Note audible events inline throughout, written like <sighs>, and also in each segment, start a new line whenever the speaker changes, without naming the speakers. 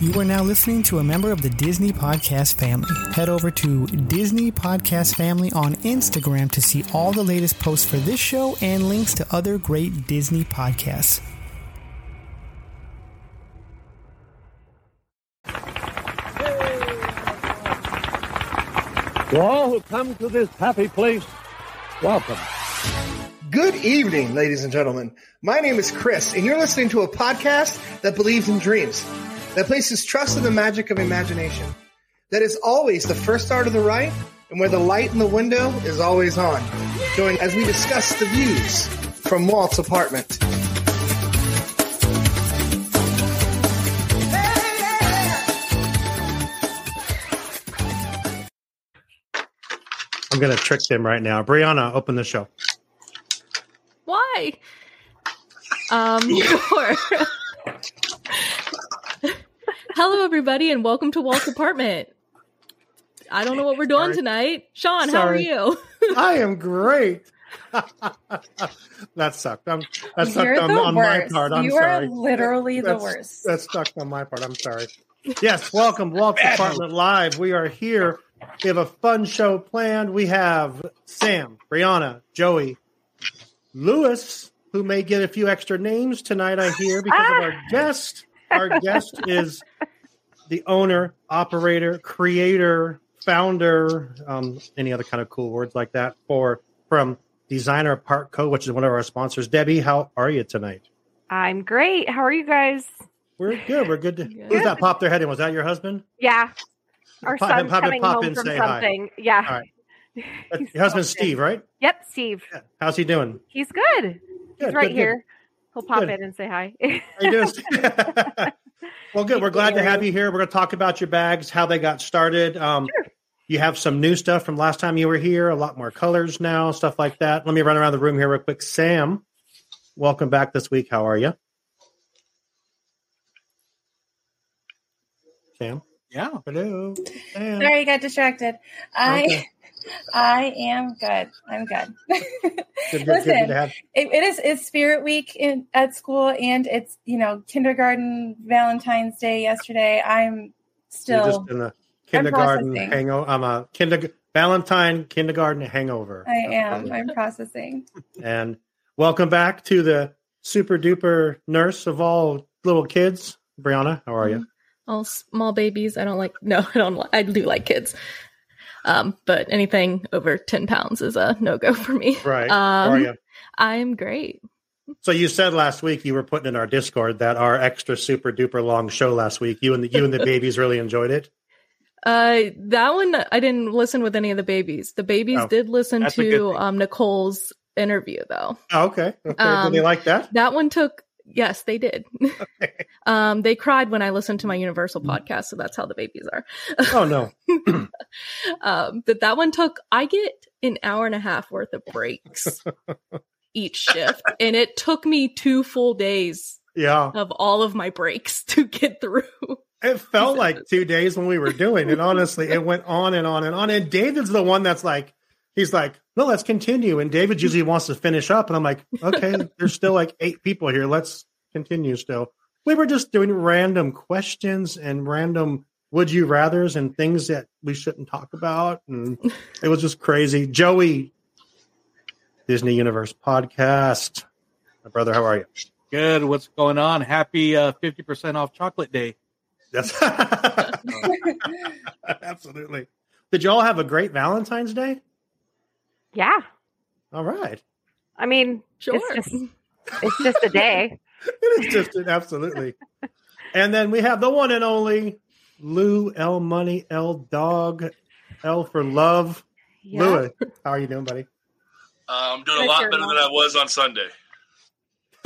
You are now listening to a member of the Disney Podcast family. Head over to Disney Podcast Family on Instagram to see all the latest posts for this show and links to other great Disney podcasts.
To all who come to this happy place, welcome.
Good evening, ladies and gentlemen. My name is Chris, and you're listening to a podcast that believes in dreams, that places trust in the magic of imagination, that is always the first star to the right, and where the light in the window is always on. Join as we discuss the views from Walt's apartment.
I'm gonna trick them right now. Brianna, open the show.
Why? Um, sure. Hello, everybody, and welcome to Walt's apartment. I don't know what we're doing
Sorry.
tonight. Sean,
Sorry.
how are you?
<laughs> I am great. that sucked. I'm, that sucked
You're
on,
the
on my
worst.
part. I'm
you
sorry.
are literally the
That's-
worst.
That sucked on my part. I'm sorry. Yes, welcome, Walt's Apartment Live. We are here. We have a fun show planned. We have Sam, Brianna, Joey, Lewis, who may get a few extra names tonight, I hear, because
Ah!
of our guest.
<laughs>
Our guest is the owner, operator, creator, founder, um, any other kind of cool words like that for from Designer Park Co., which is one of our sponsors. Debbie, how are you tonight?
I'm great. How are you guys?
We're good. We're
<laughs>
good. To,
Good.
Who's that popped their head in? Was that your husband? <laughs>
Yeah. Our
Pop-
son's
pop in,
coming
pop in,
home from
say hi.
something. Yeah.
All That-
He's
Your husband's
popped in.
Steve, right?
<laughs> Yep, Steve.
How's he doing?
He's good.
Good,
He's right
good, good.
here. He'll pop
Good.
in and say hi.
How you
<laughs>
doing? Steve? well, good. We're glad to have you here. We're going to talk about your bags, how they got started. Um, You have some new stuff from last time you were here. A lot more colors now, stuff like that. Let me run around the room here real quick. Sam, welcome back this week. How are you? Sam.
Yeah.
Hello. Sam.
Sorry, I got distracted. I
Okay.
<laughs> I am good. I'm good.
Good, good, good
Listen,
to have-
it, it is it's Spirit Week in, at school, and it's you know kindergarten Valentine's Day yesterday. I'm
You're
still
just in the kindergarten
processing.
hangover. I'm a kinder Valentine kindergarten hangover.
I am.
<laughs>
I'm processing.
And welcome back to the super duper nurse of all little kids, Brianna. How are
Mm-hmm.
you?
All small babies. I don't like. No, <laughs> I don't. li- I do like kids. Um, but anything over ten pounds is a no go for me.
Right. How are
Um,
you?
I am great.
So you said last week you were putting in our Discord that our extra super duper long show last week. You and the you and
<laughs>
the babies really enjoyed it.
Uh, that one I didn't listen with any of the babies. The babies
Oh,
did listen
that's a good
to
thing.
um Nicole's interview though.
Oh, okay. <laughs> Okay.
Um,
Did they like that?
That one took. Yes, they did. <laughs> um, they cried when I listened to my Universal
Mm-hmm.
podcast, so that's how the babies are. <laughs>
Oh no.
Um, but that one took. I get an hour and a half worth of breaks
<laughs>
each shift, and it took me two full days
Yeah.
of all of my breaks <laughs> to get through.
It felt like two days when we were doing it. Honestly, it went on and on and on. And David's the one that's like, he's like, no, let's continue. And David usually wants to finish up. And I'm like, okay, there's still like eight people here. Let's continue still. We were just doing random questions and random would you rathers and things that we shouldn't talk about. And it was just crazy. Joey, Disney Universe podcast. My brother, how are you?
Good. What's going on? Happy uh, 50% off chocolate day.
That's <laughs> absolutely. Did y'all have a great Valentine's Day?
<laughs> yeah.
All right,
I mean,
Sure.
<laughs>
just- it's just a day.
it is just an absolutely. And then we have the one and only Lou L Money L Dog L for Love.
Yeah.
Lou, how are you
<laughs>
doing, buddy?
Uh, I'm doing a
That's
lot
your
better
mom.
than I was on Sunday.
<laughs>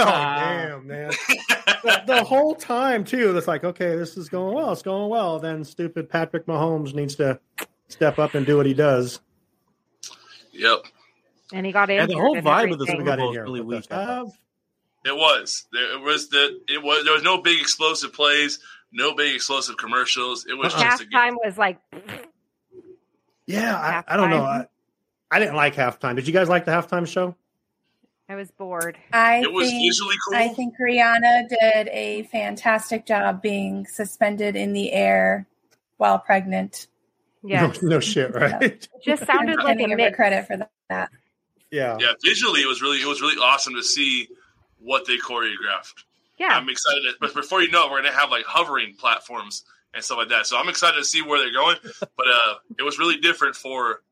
Oh
Ah.
damn, man! the, the whole time too, it's like, okay, this is going well. It's going well. Then stupid Patrick Mahomes needs to step up and do what he does.
<laughs> Yep,
And he got in.
And the whole vibe of the
We
Super
got
Bowl
in
is
here.
really
with
weak.
us. Uh,
it was. There it was the it was there was no big explosive plays, no big explosive commercials. It was
Uh-uh.
just a
halftime
good.
was like, <laughs>
Yeah, I, I don't know. I,
Halftime.
I didn't like halftime. Did you guys like the halftime show?
I was bored.
I
It was
think,
visually cool.
I think Rihanna did a fantastic job being suspended in the air while pregnant.
Yeah,
No, no shit, right?
it just
<laughs>
sounded
I'm
like
gonna
a
give her
mix.
credit for that.
Yeah.
yeah, visually it was really it was really awesome to see what they choreographed.
Yeah,
I'm excited, to- but before you know it, we're gonna have like hovering platforms and stuff like that. So I'm excited to see where they're going. But uh, it was really different for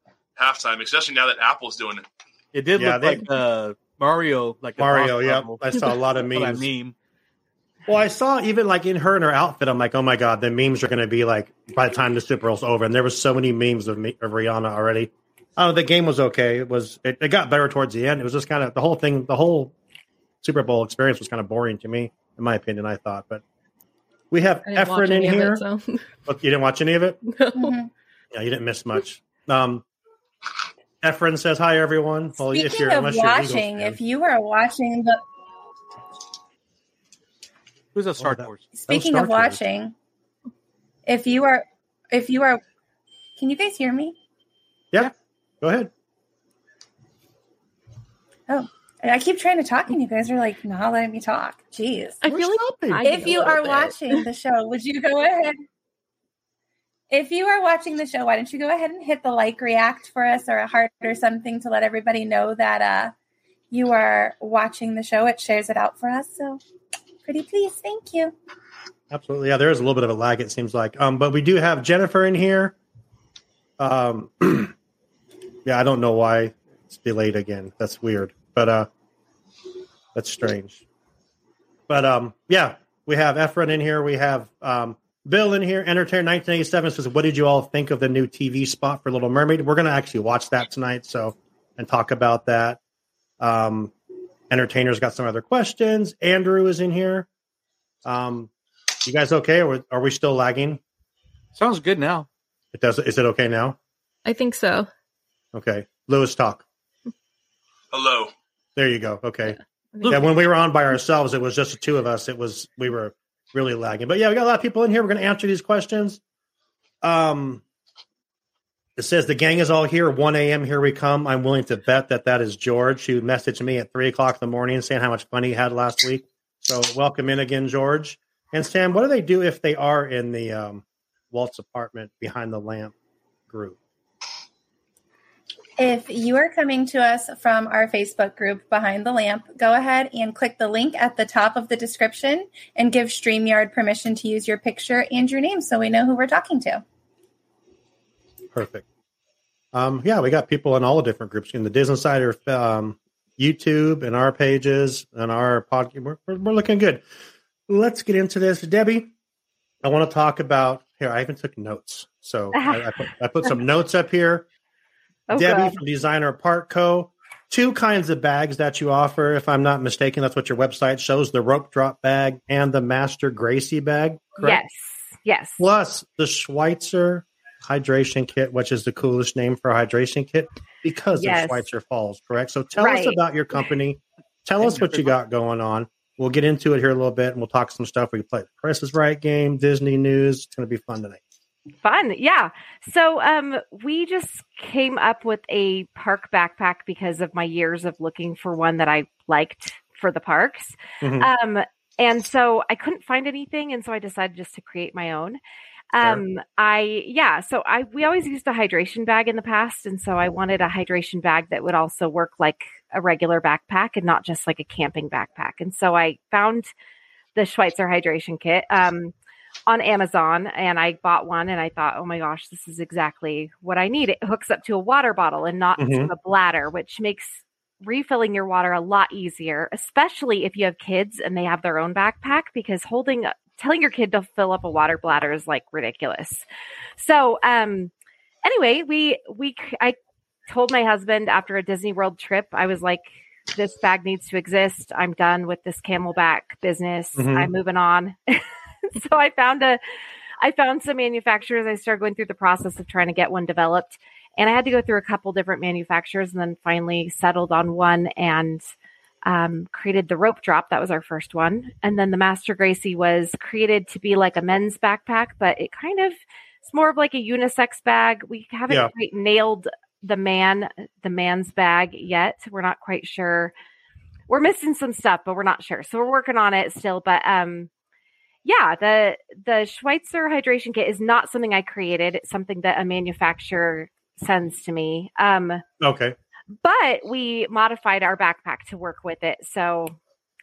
halftime, especially now that Apple's doing it.
It did
Yeah,
look
they-
like uh, Mario, like a
Mario,
boss
yeah.
level.
I saw a lot of
<laughs> Saw that
memes.
meme.
Well, I saw even like in her in her outfit, I'm like, oh my god, the memes are going to be like by the time the Super Bowl's over, and there were so many memes of, me, of Rihanna already. Oh, the game was okay. It was it, it got better towards the end. It was just kind of the whole thing, the whole Super Bowl experience was kind of boring to me, in my opinion. I thought, but we have
I didn't watch
Efren in
any
here.
of it, so
Look, you didn't watch any of it.
<laughs> no.
Mhm.
Yeah, you didn't miss much. Um, Efren says hi, everyone. Well, if
Speaking
you're,
of
unless you're an Eagles
watching,
fan.
if you were watching the
Who's a Star
that-
Wars?
speaking
Star
of
Tours.
watching, if you are if you are can you guys hear me?
yeah, go ahead.
And Oh, I keep trying to talk and you guys are like not letting me talk. Jeez.
I feel like
stopping.
I
if
know
you
a
are
bit.
watching the show, would you go ahead? If you are watching the show, why don't you go ahead and hit the like react for us or a heart or something to let everybody know that uh, you are watching the show? It shares it out for us. So pretty please. Thank you.
Absolutely. Yeah, there is a little bit of a lag, it seems like. Um, but we do have Jennifer in here. Um, <clears throat> yeah, I don't know why it's delayed again. That's weird, but uh, that's strange. But um, yeah, we have Efren in here. We have um, Bill in here. Entertainer 1987 says, What did you all think of the new TV spot for Little Mermaid? We're going to actually watch that tonight. So, and talk about that. Um, Entertainer's got some other questions. Andrew is in here. Um, you guys okay? Or are we still lagging?
Sounds good now.
It does. Is it okay now?
I think so.
Okay. Lewis, talk.
Hello.
There you go. Okay.
Yeah.
Yeah. When we were on by ourselves, it was just the two of us. It was we were really lagging. But yeah, we got a lot of people in here. We're going to answer these questions. Um, it says the gang is all here. 1 a.m. Here we come. I'm willing to bet that that is George who messaged me at three o'clock in the morning saying how much fun he had last week. So welcome in again, George and Sam. What do they do if they are in the um, Walt's apartment behind the lamp group?
If you are coming to us from our Facebook group, Behind the Lamp, go ahead and click the link at the top of the description and give StreamYard permission to use your picture and your name so we know who we're talking to.
Perfect. Um, yeah, we got people in all the different groups in the Disney Insider, um, YouTube, and our pages, and our podcast. We're, we're, we're looking good. Let's get into this, Debbie. I want to talk about here. I even took notes,
<laughs>
so I, I, put, I put some notes up here.
oh
Debbie
god,
from Designer Park Co. Two kinds of bags that you offer, if I'm not mistaken. That's what your website shows: the rope drop bag and the Master Gracie bag. correct?
yes, yes.
plus the Schweitzer hydration kit, which is the coolest name for a hydration kit because
Yes.
of Schweitzer Falls, correct? So tell us
Right.
about your company. Tell us what you got going on. We'll get into it here a little bit and we'll talk some stuff. We can play the Price is Right game, Disney News. It's going to be fun tonight.
fun yeah so um we just came up with a park backpack because of my years of looking for one that i liked for the parks
Mhm.
um and so i couldn't find anything and so i decided just to create my own
Sure.
um i yeah so i we always used a hydration bag in the past and so i wanted a hydration bag that would also work like a regular backpack and not just like a camping backpack and so i found the schweitzer hydration kit um on Amazon and I bought one and I thought, oh my gosh, this is exactly what I need. It hooks up to a water bottle and not
Mhm.
to a bladder, which makes refilling your water a lot easier, especially if you have kids and they have their own backpack because holding telling your kid to fill up a water bladder is like ridiculous. So, um anyway, we we c- I told my husband after a Disney World trip, I was like this bag needs to exist. I'm done with this camelback business.
Mhm.
I'm moving on. <laughs> so I found a I found some manufacturers. I started going through the process of trying to get one developed. And I had to go through a couple different manufacturers and then finally settled on one and um, created the rope drop. That was our first one. And then the Master Gracie was created to be like a men's backpack, but it kind of it's more of like a unisex bag. We haven't
Yeah.
quite nailed the man, the man's bag yet. We're not quite sure we're missing some stuff, but we're not sure. So we're working on it still. But um, yeah, the the Schweitzer hydration kit is not something I created. It's something that a manufacturer sends to me. Um,
<laughs> Okay.
but we modified our backpack to work with it. So,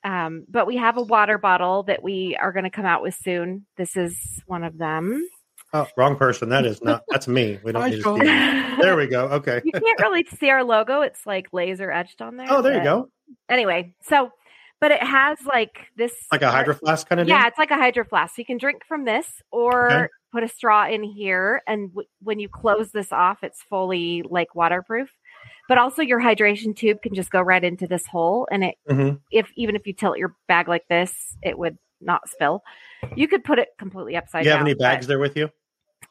um, but we have a water bottle that we are going to come out with soon. This is one of them.
Oh, wrong person. That is not. That's me. We don't
Hi,
need to
Sean.
see you. There
you
we go. Okay.
can't really see our logo. It's like laser etched on there.
Oh, there you
but-
go.
Anyway, so, but it has like this.
Like a hydro flask kind of
Yeah, it's like a hydro flask. You can drink from this or
Okay.
put a straw in here. And w- when you close this off, it's fully like waterproof. But also, your hydration tube can just go right into this hole and it
deal. Mhm.
if even if you tilt your bag like this, it would not spill. You could put it completely upside
You
down.
have any bags there with you?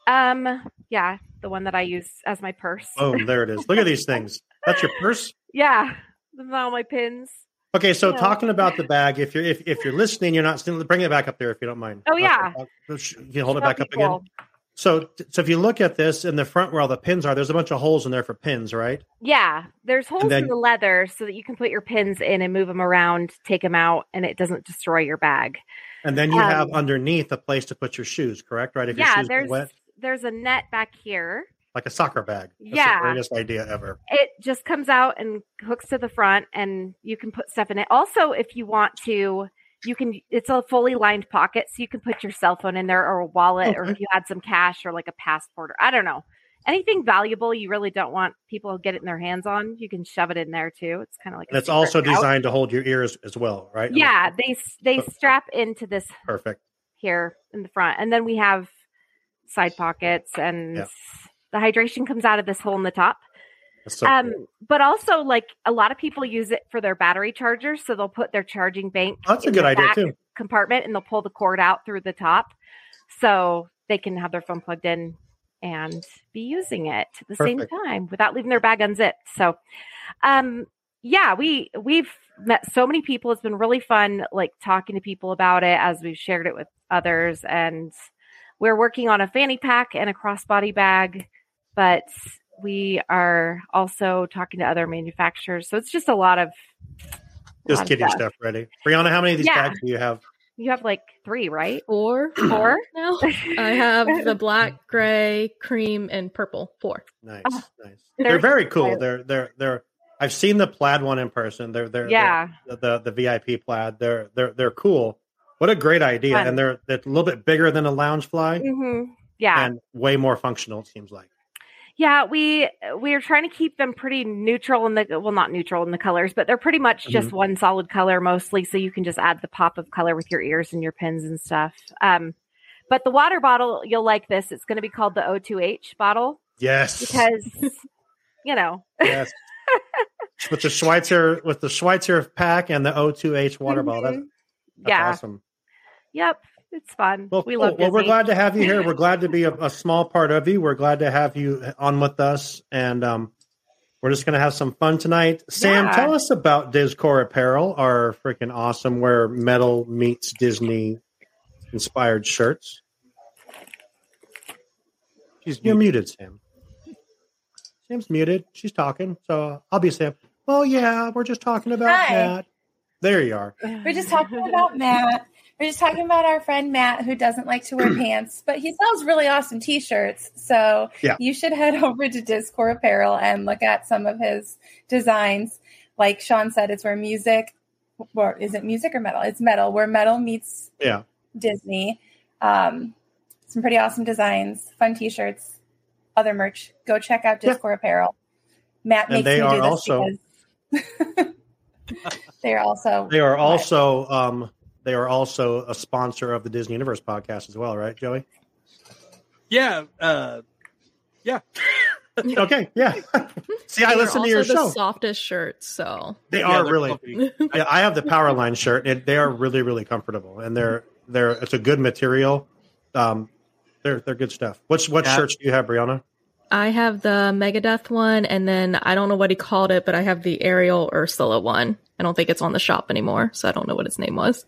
but- um, yeah, the one that I use as my purse.
Oh, there it is. Look at these things. That's your purse.
<laughs> Yeah, with all my pins.
Okay, so
Yeah.
talking about the bag, if you're if, if you're listening, you're not bring it back up there if you don't mind.
Oh, yeah.
Uh, can you hold it
Tell
back up again?
people-
So so if you look at this in the front where all the pins are, there's a bunch of holes in there for pins, right?
Yeah, there's holes
then-
in the leather so that you can put your pins in and move them around, take them out, and it doesn't destroy your bag.
And then you
Um,
have underneath a place to put your shoes, correct? Right? If your
yeah,
shoes get
there's
wet,
there's a net back here.
like a soccer bag. That's
Yeah.
the greatest idea ever.
it just comes out and hooks to the front and you can put stuff in it also if you want to you can it's a fully lined pocket so you can put your cell phone in there or a wallet or if you had some cash or like a passport or i don't know anything valuable you really don't want people to get it in their hands on you can shove it in there too it's kind of like a
And it's
secret
also
pouch.
designed to hold your ears as well, right?
yeah they s-
Oh.
they strap into this
Perfect.
here in the front. And then we have side pockets and
Yeah.
the hydration comes out of this hole in the top.
That's so
um,
cool.
but also like a lot of people use it for their battery chargers. So they'll put their charging bank
That's a
in
good
the
idea
back
too.
compartment and they'll pull the cord out through the top. So they can have their phone plugged in and be using it at the same
Perfect.
time without leaving their bag unzipped. So, um, yeah, we we've met so many people. It's been really fun, like talking to people about it as we've shared it with others. And we're working on a fanny pack and a crossbody bag, but we are also talking to other manufacturers. So it's just a lot of a lot
Just
of
getting stuff ready. Brianna, how many of these
Yeah.
bags do you have?
You have like three, right?
Four.
<clears throat> Four.
<laughs> now. I have
<laughs>
the black, gray, cream, and purple. Four.
Nice,
Oh,
nice.
they're
They're, very cool.
cute.
They're they're they're. I've seen the plaid one in person. They're they're
yeah.
they're- the, the the VIP plaid. They're they're they're cool. What a great idea!
Fun.
And they're they're a little bit bigger than a lounge fly
hmm Yeah.
and way more functional. It seems like.
Yeah, we uh, we are trying to keep them pretty neutral in the well, not neutral in the colors, but they're pretty
Mm-hmm.
much just one solid color mostly. So you can just add the pop of color with your ears and your pins and stuff. Um, but the water bottle, you'll like this. It's going to be called the O2H bottle
Yes. <laughs>
because you know, <laughs>
yes. With the Schweitzer with the Schweitzer pack and the O2H water bottle. That- that's
Mm-hmm. yeah,
awesome.
yep, it's fun.
Well,
we
cool.
love.
well, we're
Disney.
glad to have you
<laughs>
here. We're glad to be a, a small part of you. We're glad to have you on with us, and um, we're just going to have some fun tonight. Sam,
Yeah.
tell us about Discord Apparel, our freaking awesome where metal meets Disney inspired shirts.
She's
You're
muted.
muted, Sam. Sam's muted. She's talking, so I'll be Sam. Oh yeah, we're just talking about
Hi.
that. There you are.
We're just talking about Matt. We're just talking about our friend Matt who doesn't like to wear pants, but he sells really awesome t-shirts. So
Yeah.
you should head <laughs> over to Discord Apparel and look at some of his designs. Like Sean said, it's where music or is it music or metal? It's metal, where metal meets
Yeah.
Disney. Um, some pretty awesome designs, fun t-shirts, other merch. Go check out
Yeah.
Discord Apparel. Matt
And
makes
they
me
are
do this
also-
because <laughs> they're also
<laughs> They are
Right.
also um they are also a sponsor of the Disney Universe podcast as well, right, Joey?
Yeah, uh,
<laughs> Okay, yeah. See, I
They're
listen to your
also the
show.
softest shirts, so
they
yeah,
are
they're
really.
comfy.
<laughs> Yeah, I have the Powerline shirt, and they are really, really comfortable, and they're they're it's a good material. Um, they're they're good stuff. What's what
Yeah.
shirts do you have, Brianna?
I have the Megadeth one, and then I don't know what he called it, but I have the Ariel Ursula one. I don't think it's on the shop anymore, so I don't know what its name was.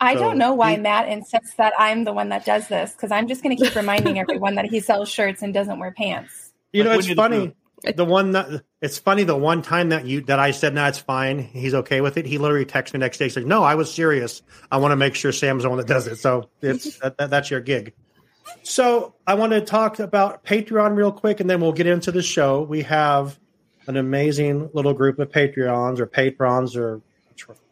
I
So
don't know why
he-
Matt insists that I'm the one that does this because I'm just going to keep reminding everyone that he sells shirts and doesn't wear pants.
You know,
Like
it's
Winnie the
funny.
Pooh.
The one that It's funny the one time that you that I said no, it's fine. He's okay with it. He literally texted me the next day. He's like, "No, I was serious. I want to make sure Sam's the one that does it." So it's that, that, that's your gig. So I want to talk about Patreon real quick, and then we'll get into the show. We have an amazing little group of Patreons or patrons or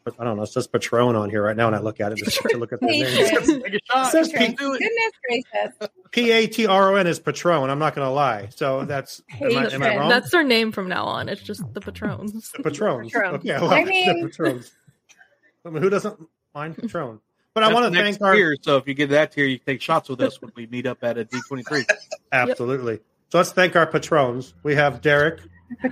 I don't know. It says Patron on here right now, and I look at it just to look at their <laughs> names. It says P-
Goodness gracious.
P A T R O N is Patron. I'm not going to lie. So that's am I, am I
Patron.
wrong?
That's their name from now on. It's just the patrons.
the Patrons. <laughs>
Patron.
Okay, I love
I
the
mean-
Patrons. I mean, who doesn't mind Patron? But I
That's
want to
next
thank our
tier, so if you get that tier, you can take shots with us when we meet up at a D twenty three.
<laughs> absolutely. So let's thank our Patrons. We have Derek,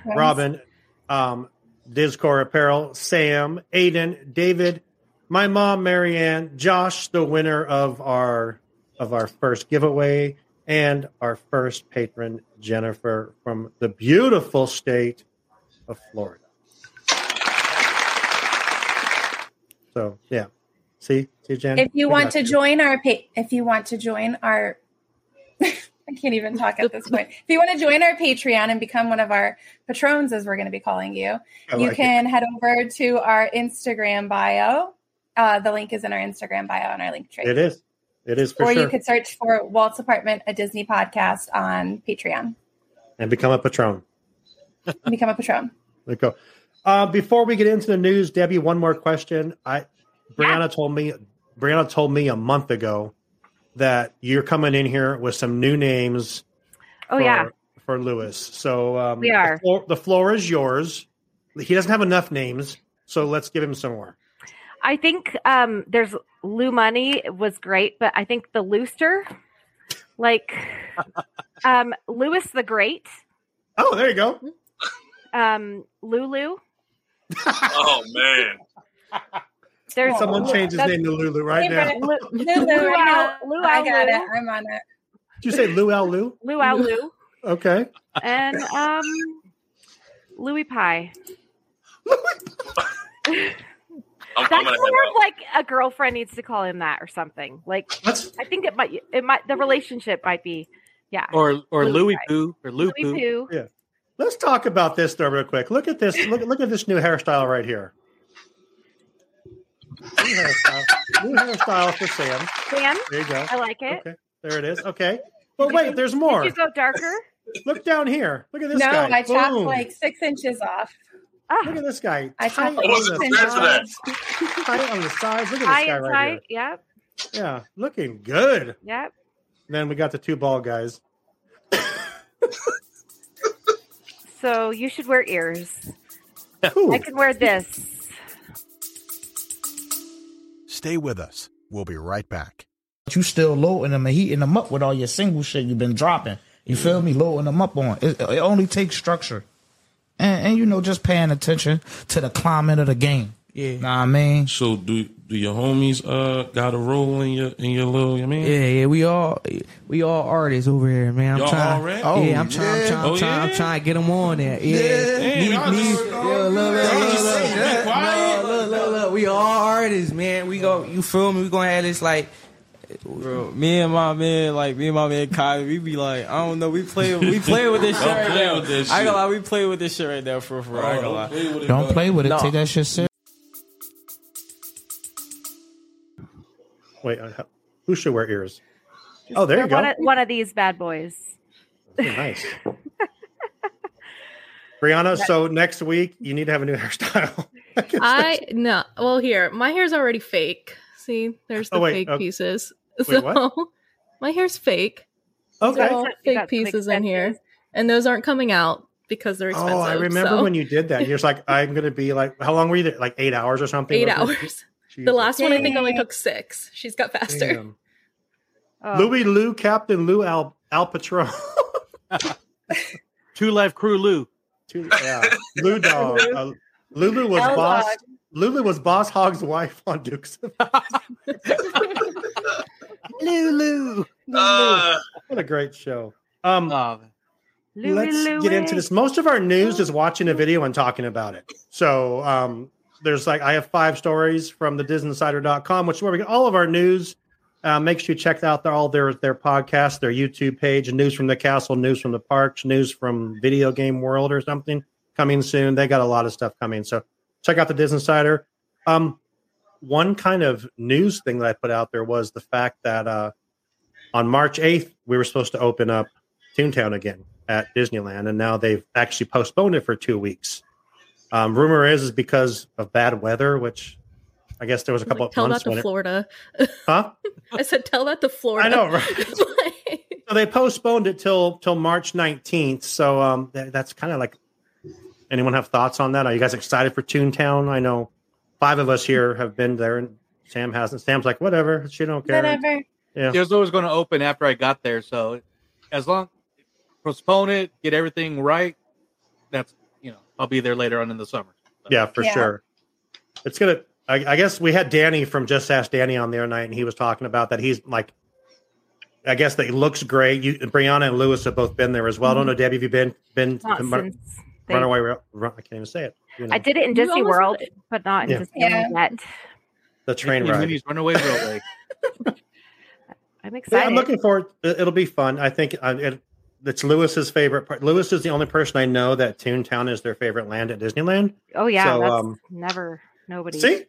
Robin, um, Discord Apparel, Sam, Aiden, David, my mom, Marianne, Josh, the winner of our of our first giveaway, and our first patron, Jennifer, from the beautiful state of Florida. So yeah. See, see, Jen.
If you
We
want
got
to join our pa- if you want to join our <laughs> I can't even talk at
<laughs>
this point. If you want to join our Patreon and become one of our patrons as we're going to be calling you,
I
you
like it.
can head over to our Instagram bio. Uh, the link is in our Instagram bio on our link tree.
It is. It is for
or
sure.
you could search for Walt's Apartment, a Disney podcast on Patreon.
and become a patron.
and Become a patron.
There you go. Uh, before we get into the news, Debbie, one more question. I Brianna told me Brianna told me a month ago that you're coming in here with some new names.
Oh
for,
yeah,
for Lewis. So um,
We are.
The floor, the floor is yours. He doesn't have enough names, so let's give him some more.
I think um, there's Lou Money was great, but I think the Looster,
<laughs>
like um, Lewis the Great,
Oh, there you go.
um, Lulu.
Oh man,
There's
Someone changed his
that's-
name to Lulu <laughs> right now.
Hey,
Did
Lu-
<laughs>
Lulu,
Luau-
I know.
Luau
I got
Lou.
it. I'm on it.
you say Lou Al Lou?
Luau Lou,
Okay.
and um, Louis Pie.
I'm, I'm
That's
gonna
more
head out.
of like a girlfriend needs to call him that or something. Like
That's
I think it might, it might, the relationship might be, yeah.
Or or
Louis
Louis Poo or Lou
Louis
Poo.
Poo.
Let's talk about this though, real quick. Look at this. Look, look at this new hairstyle right here. New hairstyle, new hairstyle for Sam.
Sam,
There you go.
I like it.
Okay, there it is. Okay, but wait, there's more.
Did you go darker?
Look down here. Look at this
no,
guy.
I chopped
Boom.
like six inches off.
Ah.
Look at this guy.
I
Tight
chopped
on
I wasn't
the
prepared for that.
sides. Tight on the sides. Look at
High
this guy
and
right
tight. Yep.
here. Yeah, looking good.
Yep.
And then we got the two ball guys.
So you should wear ears.
Ooh.
I can wear this.
<laughs> Stay with us. We'll be right back.
But you still loading them and heating them up with all your single shit you've been dropping. You feel me? Loading them up on. It, it only takes structure. And, and, you know, just paying attention to the climate of the game. Yeah. Know what I mean?
So do do your homies uh got a role in your in your little? I mean,
Yeah, yeah, we all we all artists over here, man. I'm
Y'all
trying,
all rap?
oh, yeah, I'm
Oh,
trying, I'm
yeah.
trying,
Oh,
I'm trying, I'm
yeah?
trying to get them on there. Yeah,
Damn,
Me-
y'all
me-
just-
yeah, look, look,
y'all
look,
just
look,
sit
look.
back
No,
quiet?
look, look, look, we all artists, man. We go, you feel me? We gonna have this like. me and my man, like me and my man Kyle, we be like, I don't know, we play, we play with this shit
Don't
right
play
now.
with this
I ain't gonna
shit.
lie, we play with this shit right now for for. I ain't gonna lie.
Don't play with it.
No.
Take that shit serious.
Wait, uh, who should wear ears? Oh, there you go.
One of, one of these bad boys.
Ooh, Oh, <laughs> nice. Brianna, so next week you need to have a new <laughs> hairstyle.
I no. Well, here my hair's already fake. See, there's the
Oh, wait,
fake
okay.
pieces.
Wait,
so <laughs>
what?
my hair's fake.
okay.
all
You got
fake
some
pieces in here,
expenses.
and those aren't coming out because they're expensive.
Oh, I remember
so.
when you did that. You're just
<laughs>
like, I'm going to be like, how long were you there? Like eight hours or something?
eight
wasn't it?
hours. The
Jesus.
last one I think
Dang.
only took six. She's got faster.
Damn.
Oh.
Louis Lou, Captain Lou Al, Al <laughs> Patron.
Two Life Crew Lou.
Two- yeah. Lou
<laughs>
Dog. Uh, Lulu was
L
boss.
Dog.
Lulu was boss hog's wife on Dukes.
<laughs>
Lulu.
Uh,
what a great show. Um,
Oh,
Louis
let's get into
Louis.
this. Most of our news is watching a video and talking about it. So um, there's like I have five stories from the DisInsider.com, which is where we get all of our news. Uh, make sure you check out their, all their their podcasts, their YouTube page, news from the castle, news from the parks, news from video game world or something. coming soon. They got a lot of stuff coming. So check out the Disney Insider. Um, one kind of news thing that I put out there was the fact that uh, on March 8th, we were supposed to open up Toontown again at Disneyland, and now they've actually postponed it for two weeks. Um, rumor is is because of bad weather, which I guess there was a couple of
Tell that
months when
to
it-
Florida.
huh?
<laughs> I said, tell that to Florida.
I know, right? so they postponed it till till March nineteenth. So um, that, that's kind of like. Anyone have thoughts on that? Are you guys excited for Toontown? I know five of us here have been there, and Sam hasn't. Sam's like, whatever, she don't care. Yeah.
It was always going to open after I got there. So as long postpone it, get everything right. That's you know I'll be there later on in the summer.
Yeah, for
Yeah.
sure. It's gonna. I, I guess we had Danny from Just Ask Danny on the other night, and he was talking about that he's like. I guess that it looks great. You, Brianna and Lewis have both been there as well. I don't know, Debbie, have you been been
Mm-hmm. Not
to Run-
since they-
Runaway? Rail- Run, I can't even say it. You know,
I did it in
You
Disney
almost
World, but not in
Yeah.
Disneyland yet.
the train
Mickey and
ride.
Minnie's Runaway Railway.
I'm
Yeah,
excited.
I'm looking forward. it- It'll be fun. I think uh, it, it's Lewis's favorite part. Lewis is the only person I know that Toontown is their favorite land at Disneyland.
oh yeah,
So,
that's
um,
never nobody. <laughs>
see?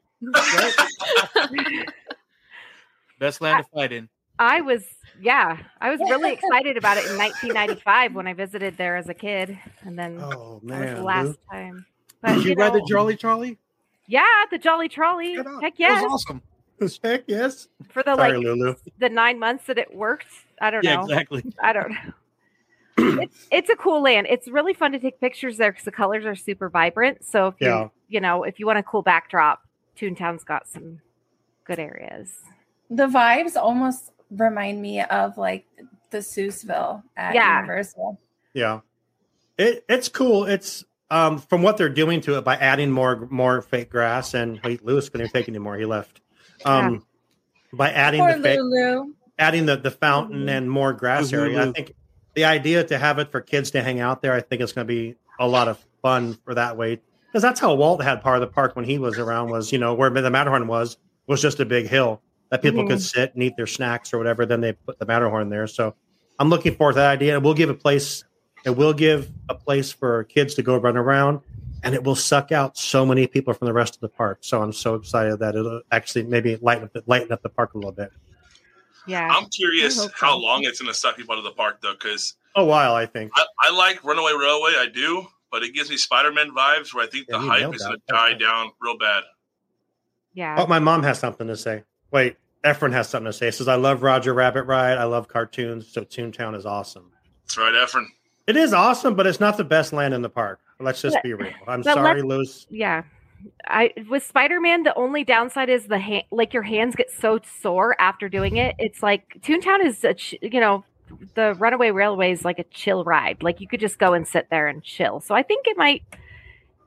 Best land to fight in.
I was yeah, I was really excited about it in 1995 when I visited there as a kid, and then
oh
that was
man,
the last
Lou.
time. <laughs> But
Did you ride the
know,
Jolly Trolley?
Yeah, the Jolly Trolley. Heck
That
yes.
was awesome.
<laughs> Heck yes.
For the
Sorry,
like
Lulu.
the nine months that it worked, I don't
Yeah,
know.
exactly.
I don't know. it's it's a cool land. It's really fun to take pictures there because the colors are super vibrant. So if you
Yeah.
you know if you want a cool backdrop, Toontown's got some good areas.
The vibes almost remind me of like the Seussville at
Yeah.
Universal.
Yeah, it it's cool. It's um from what they're doing to it by adding more more fake grass and wait, Lewis couldn't take anymore. He left. Um,
Yeah.
by adding
Poor
the fake,
Lulu.
adding the the fountain and more grass
Lulu.
area. I think the idea to have it for kids to hang out there, I think it's going to be a lot of fun for that way. Because that's how Walt had part of the park when he was around. Was you know where the Matterhorn was was just a big hill that people could sit and eat their snacks or whatever. Then they put the Matterhorn there. So I'm looking forward to that idea. It will give a place. It will give a place for kids to go run around, and it will suck out so many people from the rest of the park. So I'm so excited that it'll actually maybe lighten up, lighten up the park a little bit.
Yeah.
I'm curious how long it's going to suck people out of the park, though, because
A while, I think.
I, I like Runaway Railway. I do, but it gives me Spider Man vibes where I think
Yeah,
the
you
hype
nailed
is
that.
going to die down real bad.
Yeah.
Oh, my mom has something to say. Wait, Efren has something to say. It says, I love Roger Rabbit Ride. I love cartoons. So Toontown is awesome.
That's right, Efren.
It is awesome, but it's not the best land in the park. Let's just
But-
be real. I'm
but
sorry,
let's-
Luz.
Yeah. I with Spider-Man the only downside is the hand, like your hands get so sore after doing it. It's like Toontown is a ch- you know the Runaway Railway is like a chill ride. Like you could just go and sit there and chill. So I think it might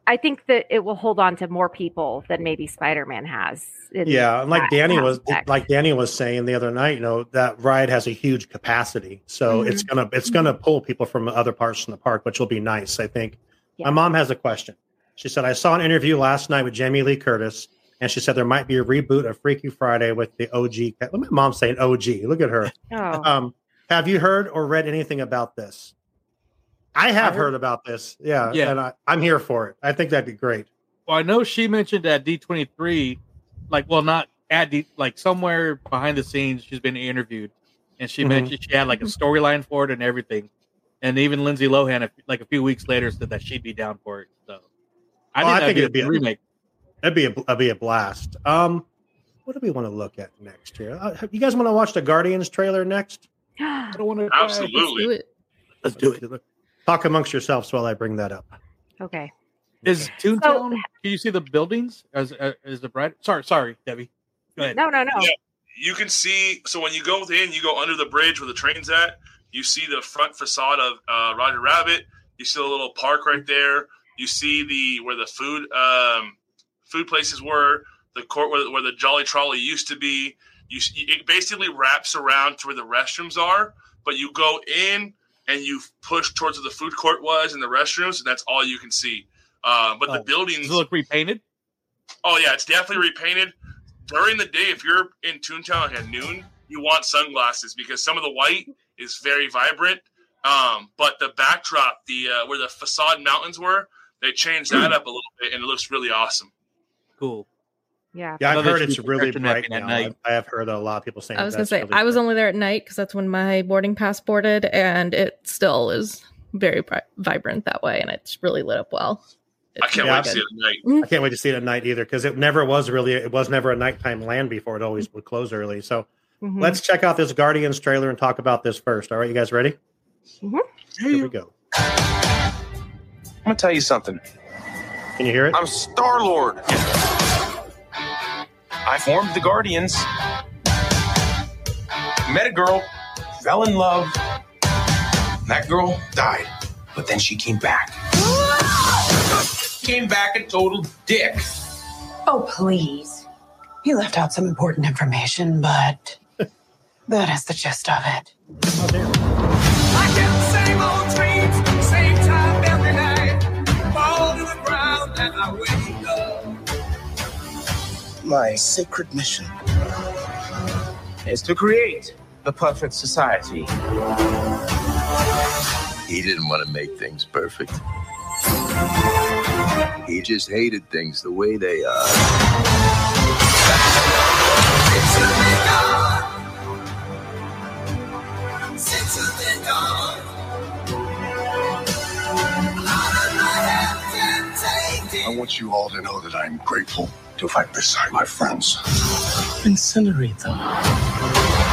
I think that it will hold on to more people than maybe Spider-Man has. in
Yeah, and like
that
Danny was
aspect.
like Danny was saying the other night, you know, that ride has a huge capacity. So
Mhm.
it's gonna it's gonna pull people from other parts in the park, which will be nice, I think.
Yeah.
My mom has a question. She said, I saw an interview last night with Jamie Lee Curtis, and she said there might be a reboot of Freaky Friday with the OG. Let my mom say an OG. Look at
<laughs>
her.
Oh.
Um, have you heard or read anything about this? I have heard about this. Yeah.
Yeah.
And I, I'm here for it. I think that'd be great.
Well, I know she mentioned at D twenty three, like well, not at D, like somewhere behind the scenes, she's been interviewed, and she
Mhm.
mentioned she had like a storyline for it and everything, and even Lindsay Lohan, a- like a few weeks later, said that she'd be down for it. So Oh, I,
Well,
think, it'd be a remake.
That'd be a, that'd be a blast. Um, what do we want to look at next here? Uh, you guys want to watch the Guardians trailer next?
I don't want to
Absolutely.
Let's do it. Talk amongst yourselves while I bring that up.
okay.
Is Toontown? can you see the buildings? Is, uh, is the bright? Sorry, sorry, Debbie. Go ahead.
No, no, no.
Yeah. You can see, so when you go in, you go under the bridge where the train's at. You see the front facade of uh, Roger Rabbit. You see the little park right there. You see the where the food um, food places were, the court where, where the Jolly Trolley used to be. You s- it basically wraps around to where the restrooms are, but you go in and you push towards where the food court was and the restrooms, and that's all you can see. Uh, but the
Oh.
buildings
Does it look repainted?
Oh yeah, it's definitely repainted. During the day, if you're in Toontown at noon, you want sunglasses because some of the white is very vibrant. Um, but the backdrop, the uh, where the facade mountains were, They changed that up a little bit, and it looks really awesome.
Cool.
Yeah.
Yeah, I've
Another
heard it's
cheap
really
protection
bright
napkin at
now.
night.
I I have heard a lot of people saying.
I was gonna
that's
say
really
I was only there at night because that's when my boarding pass boarded, and it still is very bri- vibrant that way, and it's really lit up well.
I can't
Yeah,
wait
I've-
to see it at night.
Mm-hmm.
I can't wait to see it at night either because it never was really it was never a nighttime land before. It always would close early. So
Mm-hmm.
Mhm.
let's check out this Guardians trailer and talk about this first. All right, you guys ready?
Mhm.
Here we go.
I'm gonna tell you something.
Can you hear it?
I'm Star Lord. I formed the Guardians. Met a girl, fell in love. That girl died, but then she came back. Came back a total dick.
Oh, please. You left out some important information, but that is the gist of it.
Same old dreams, same time every night. Fall to the ground and I wake up. My sacred mission is to create the perfect society.
He didn't want to make things perfect. He just hated things the way they uh, are. I want you all to know that I'm grateful to fight beside my friends.
Incinerate them.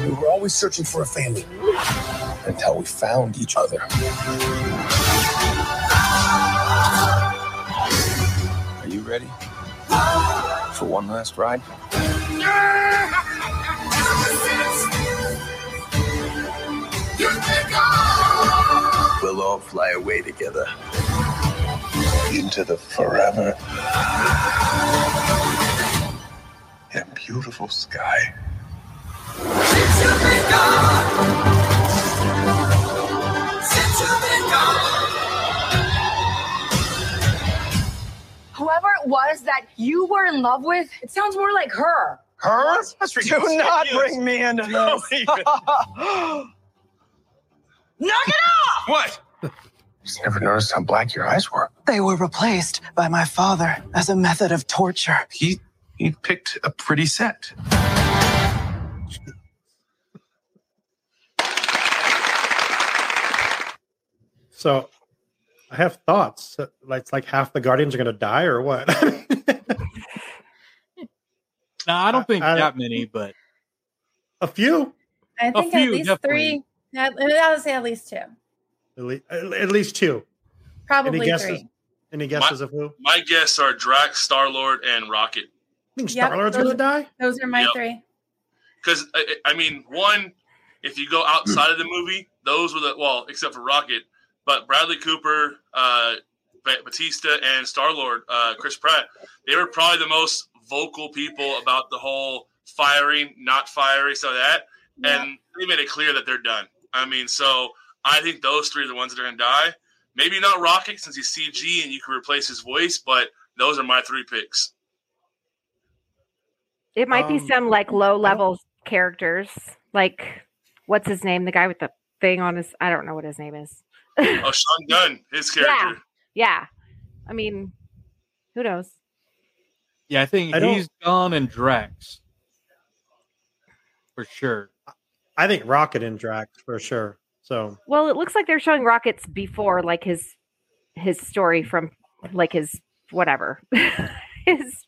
We were always searching for a family until we found each other. Are you ready for one last ride? We'll all fly away together into the forever and beautiful sky.
Whoever it was that you were in love with, it sounds more like her.
Her?
That's
Do not
ridiculous.
bring me into this.
<laughs>
Knock it off!
What?
Just never noticed how black your eyes were.
They were replaced by my father as a method of torture.
He he picked a pretty
<laughs>
set.
So I have thoughts. Like it's like half the Guardians are going to die
<laughs>
or what?
No, I don't think that many, but
a few.
I
A
think at
few,
least
definitely.
three. At- I would say at least two.
At least, at least two.
Probably
Any guesses?
three.
Any guesses of who?
My guess are Drax, Star Lord, and Rocket.
Yep,
Star-Lord's
those-
gonna die?
Those are my
Yep.
three.
Because I, uh, I I mean, one, if you go outside of the movie, those were the well, except for Rocket, but Bradley Cooper, uh, Ba- Batista, and Star Lord, uh, Chris Pratt, they were probably the most vocal people about the whole firing, not firing, so that, and they made it clear that they're done. I mean, so I think those three are the ones that are going to die. Maybe not Rocket since he's CG and you can replace his voice, but those are my three picks.
It might be
Um,
some like low level characters, like what's his name, the guy with the thing on his. I don't know what his name is.
oh, Sean Gunn, his character.
Yeah, yeah. I mean, who knows?
yeah, I think
I don't-
he's gone and Drax for sure.
I think Rocket and Drax for sure. So
Well, it looks like they're showing rockets before, like his his story from like his whatever <laughs> his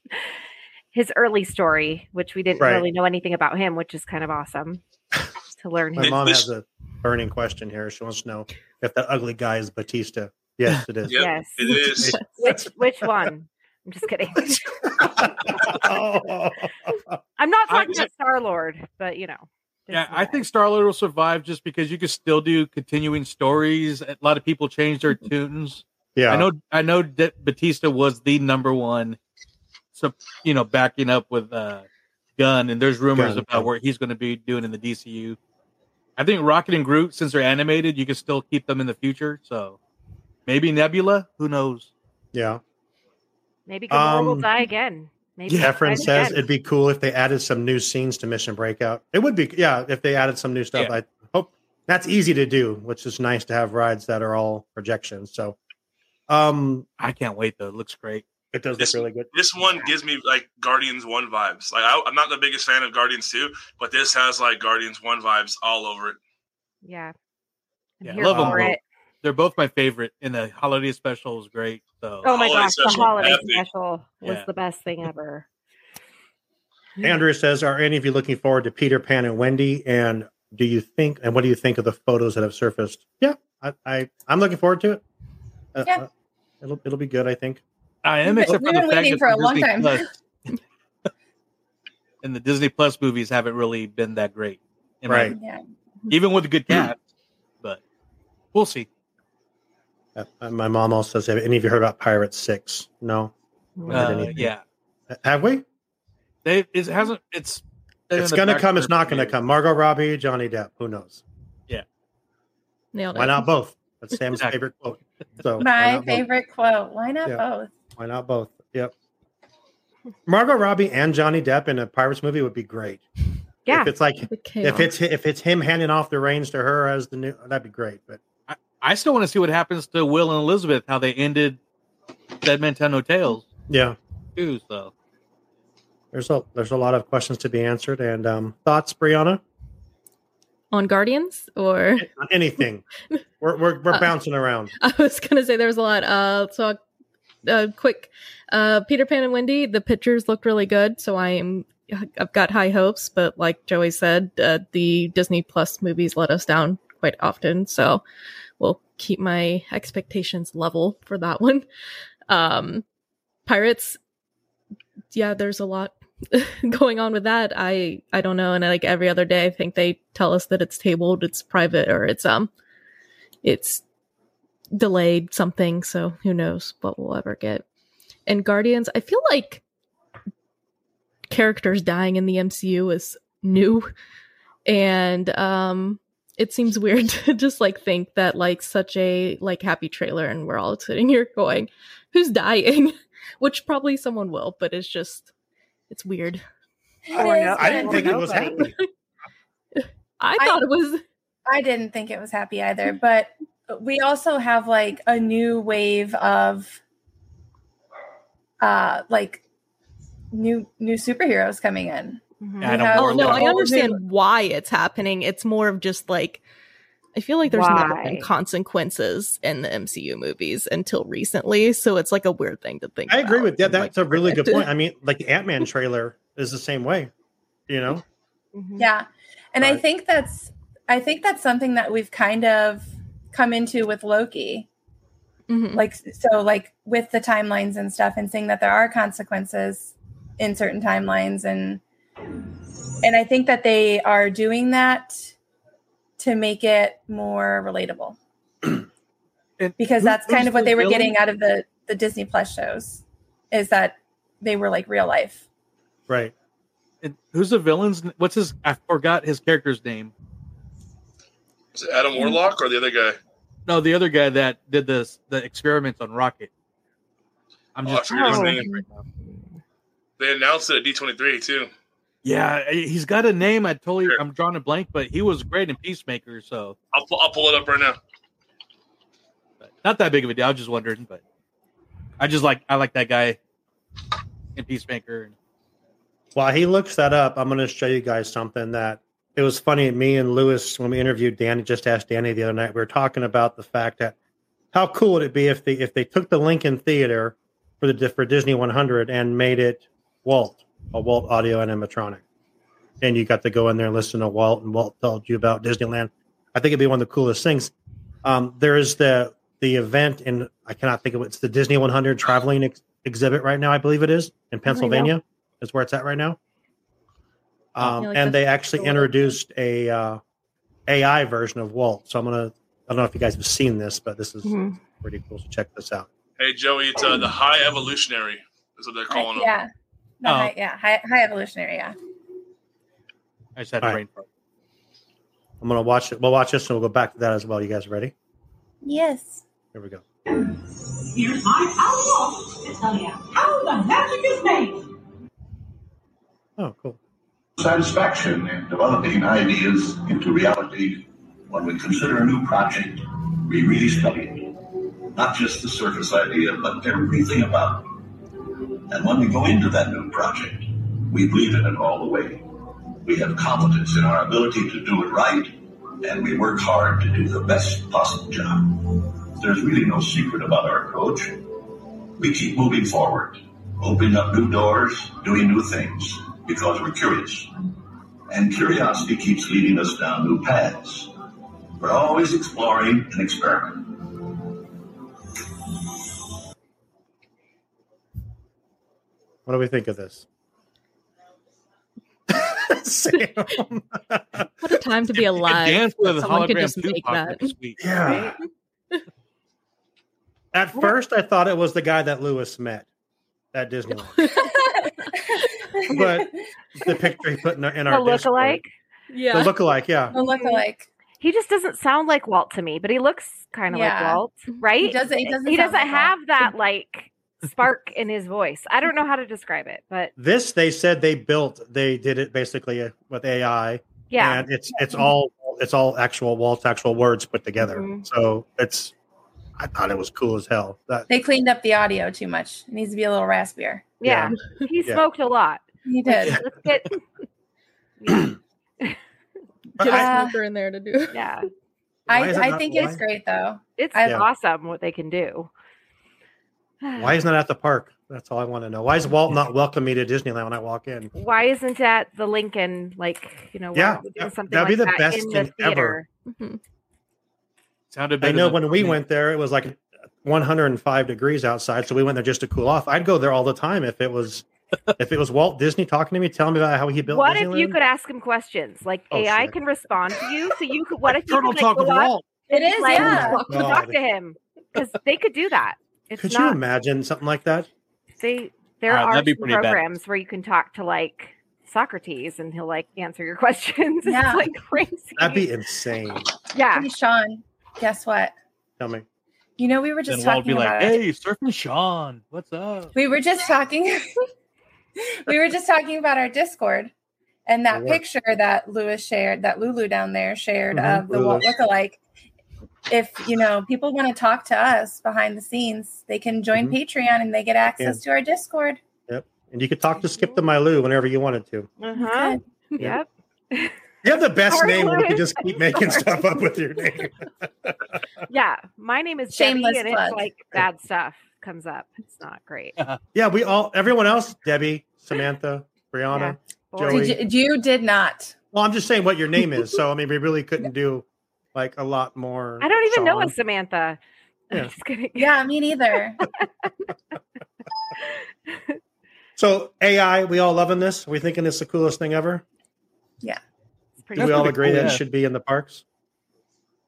his early story, which we didn't
Right.
really know anything about him, which is kind of
<laughs>
awesome to learn.
my
his-
mom has a burning question here. She wants to know if the ugly guy is Batista. Yes, it is.
Yep, Yes. it is. <laughs> which which one? I'm just
<laughs>
kidding.
Oh.
I'm not
I-
talking about Star Lord, but you know,
Yeah, I think Star Lord will survive just because you could still do continuing stories. A lot of people change their
Mm-hmm.
tunes.
Yeah.
I know. I know that Batista was the number one. So you know, backing up with uh, Gunn, and there's rumors
Gunn,
about where he's going to be doing in the DCU. I think Rocket and Groot, since they're animated, you can still keep them in the future. So maybe Nebula. Who knows?
Yeah.
maybe Gamora will
Um,
die again. <laughs> Maybe
Yeah.
try
Efren
it
says
again.
it'd be cool if they added some new scenes to Mission Breakout. It would be, yeah, if they added some new stuff.
Yeah.
I hope that's easy to do, which is nice to have rides that are all projections. So, um,
I can't wait though. It looks great.
It does
This-
look really good.
This one gives me like Guardians One vibes. Like I, I'm not the biggest fan of Guardians Two, but this has like Guardians One vibes all over it.
Yeah. I'm
Yeah, I
here
love them
for
both.
it.
They're both my favorite, and the holiday special was great. So
Oh my gosh, the holiday
epic.
special was
Yeah.
the best thing ever.
Andrew says, are any of you looking forward to Peter Pan and Wendy? And do you think, and what do you think of the photos that have surfaced? Yeah, I, I I'm looking forward to it. Uh,
Yeah.
uh, it'll it'll be good, I think.
I
We've
am,
been-
except for
we've
the
been
fact
waiting
that
for
the
a long
Disney
time.
Plus-
<laughs>
and the Disney Plus movies haven't really been that great, in my
Right. Hmm.
opinion.
Yeah.
Even with a good cast, but we'll see.
Uh, my mom also says, have any of you heard about Pirates Six? No. We haven't
Uh,
either.
yeah,
Have we?
they it hasn't. It's been in
It's
the
gonna
back
come. It's
burner
not
for
gonna
years.
come. Margot Robbie, Johnny Depp. Who knows?
Nailed
Why
it.
not both? That's Sam's favorite quote. So why
My
not both?
favorite quote. Why not
Yeah.
both?
Why not both? Yep. Margot Robbie and Johnny Depp in a Pirates movie would be great.
Yeah.
If it's like
The
if it's if it's him handing off the reins to her as the new, that'd be great. But
I still want to see what happens to Will and Elizabeth, how they ended Dead Man Tell No Tales
yeah,
too. So
there's a there's a lot of questions to be answered and um, thoughts, Brianna.
On Guardians or
<laughs> On anything, we're we're, we're
Uh,
bouncing around.
<laughs> I was gonna say there was a lot. Uh, so uh, quick, uh, Peter Pan and Wendy. The pictures looked really good, so I am I've got high hopes. But like Joey said, uh, the Disney Plus movies let us down quite often, so we'll keep my expectations level for that one. Um, Pirates. Yeah, there's a lot <laughs> going on with that. I I don't know, and like every other day, I think they tell us that it's tabled, it's private, or it's um, it's delayed something, so who knows what we'll ever get. And Guardians, I feel like characters dying in the MCU is new and um it seems weird <laughs> to just like think that like such a like happy trailer and we're all sitting here going who's dying <laughs> which probably someone will but it's just it's weird
Or no-
Oh, I didn't think it was
Nobody.
happening.
i thought it was
I didn't think it was happy either, but we also have like a new wave of uh like new new superheroes coming in.
Yeah, I don't
Yeah.
know.
Oh no, I
Well,
understand why it's happening. It's more of just like I feel like there's never
Why?
been consequences in the MCU movies until recently, so it's like a weird thing to think.
I agree with that.
and,
That's a really good
protected.
point. I mean, like the Ant Man trailer is the same way. You know,
Mm-hmm.
Yeah. And I
Right.
think that's I think that's something that we've kind of come into with Loki.
Mm-hmm.
Mhm.
Like so like with the timelines and stuff and seeing that there are consequences in certain timelines and and I think that they are doing that to make it more relatable.
<clears throat> And
because
who-
that's kind
who's
of what
the
they were
villain?
getting out of the the Disney Plus shows is that they were like real life.
right?
And who's the villain's? n- What's his? I forgot his character's name.
Is it Adam Warlock or the other guy?
No, the other guy that did this the experiments on Rocket. I'm
Oh,
just
I forget his
oh.
name. They announced it at D23 too.
yeah, eh, he's got a name. I totally I'm drawing a blank, but he was great in Peacemaker, so
I'll pull, I'll pull it up right now.
not that big of a deal. I was just wondering, but I just like I like that guy in Peacemaker.
While he looks that up, I'm going to show you guys something that it was funny. Me and Lewis, when we interviewed Danny, just asked Danny the other night. We were talking about the fact that how cool would it be if they if they took the Lincoln Theater for the for Disney 100 and made it Walt a Walt audio animatronic, and you got to go in there and listen to Walt, and Walt told you about Disneyland. I think it'd be one of the coolest things. Um, there is the the event in I cannot think of it. It's the Disney 100 traveling ex- exhibit right now. I believe it is in Pennsylvania. Is where it's at right now.
I
Um,
feel like
and they
that's
actually
the one.
introduced a uh, AI version of Walt. So I'm gonna. I don't know if you guys have seen this, but this is
Mm-hmm.
Mhm.
pretty cool. So check this out.
Hey Joey, it's uh, the High Evolutionary. Is what they're calling him.
Yeah. The
Oh.
high, yeah, high, high evolutionary, yeah.
I just had
All right.
brain fart.
I'm gonna watch it. We'll watch this, and we'll go back to that as well. You guys ready?
Yes.
Here we go. <laughs>
Here's my outlaw to tell you how the magic is made.
Oh, cool.
Satisfaction in developing ideas into reality. When we consider a new project, we really study it. Not just the surface idea, but everything about it. And when we go into that new project, we believe in it all the way. We have confidence in our ability to do it right, and we work hard to do the best possible job. There's really no secret about our approach. We keep moving forward, opening up new doors, doing new things, because we're curious. And curiosity keeps leading us down new paths. We're always exploring and experimenting.
What do we think of this? Sam.
<laughs> What a time to be alive.
dance with
that
a
Someone could
hologram
just make
Tupac
that.
next week.
Yeah. At first, I thought it was the guy that Lewis met
<laughs>
at Disneyland, <laughs> but the picture he put in our, in
the
our
lookalike.
Discord- the lookalike, yeah,
The look-alike.
He just doesn't sound like Walt to me, but he looks kind of
Yeah.
like Walt, right?
He doesn't- he doesn't
He
sound
doesn't
like Walt. <laughs>
have that like spark in his voice. I don't know how to describe it, but
This they said they built. They did it basically with AI.
Yeah.
and it's it's all it's all actual Walt's actual words put together.
Mm-hmm.
Mhm.
So it's. I thought it was cool as hell. That
They cleaned up the audio too much. It needs to be a little raspier.
yeah, <laughs> he
Yeah.
smoked a lot.
He did.
Let's- let's get-
Get a
I-
smoker in there to do.
Yeah.
Why
I,
is it
I
not-
think
why-
it's great though.
It's
Yeah.
awesome what they can do. <sighs>
why isn't it at the park? That's all I want to know. Why is Walt not welcome me to Disneyland when I walk in?
Why isn't that the Lincoln like you know? why
Yeah,
don't we do
that-
something
that'd be
like
the
that
best
in
thing
the
ever.
theater?
Mm-hmm.
Mhm.
Sounded
I
better
know
than-
when we went there, it was like 105 degrees outside, so we went there just to cool off. I'd go there all the time if it was if it was Walt Disney talking to me, telling me about how he built.
What
Disneyland.
if you could ask him questions? Like
Oh,
AI
shit.
can respond to you, so you could. What if you
Turtle
could
talk
like, go
with
up
Walt.
and
It is,
like,
yeah.
talk-
God.
talk to him because they could do that. It's
Oh, Could you
not.
imagine something like that?
they there
Uh,
are
that'd be
some
pretty bad.
programs where you can talk to like Socrates and he'll like answer your <laughs> questions.
Yeah.
it's like crazy.
That'd be insane.
Yeah.
Hey, Sean, guess what?
Tell me.
You know, we were just
Then Walt would
talking
be
about
like, "Hey, surfing Sean, what's up?"
<laughs> we were just talking <laughs> we were just talking about our Discord and that
It works.
picture that Lewis shared, that Lulu down there shared
Mhm,
of the Walt
Lulu's.
lookalike. If you know people want to talk to us behind the scenes, they can join
Mhm.
Patreon and they get access to
Yeah.
our Discord.
Yep. And you could talk to Skip the Mylou whenever you wanted to.
Uh-huh. Yep.
You have the best
Sorry,
name when you can
Lewis.
just keep making
Sorry.
stuff up with your name.
Yeah. My name is
Shameless
Debbie, and
plug.
it's like bad stuff comes up. It's not great.
<laughs> yeah, we all everyone else, Debbie, Samantha, Brianna, Joey.
Did you, you did not.
well, I'm just saying what your name is. So I mean we really couldn't do like a lot more.
I don't even know
Sean.
a Samantha.
Yeah.
I'm just kidding.
Yeah, me
<laughs>
neither.
So AI, we all loving this. We thinking it's the coolest thing ever.
Yeah.
It's
Do we all agree that it
yeah.
should be in the parks?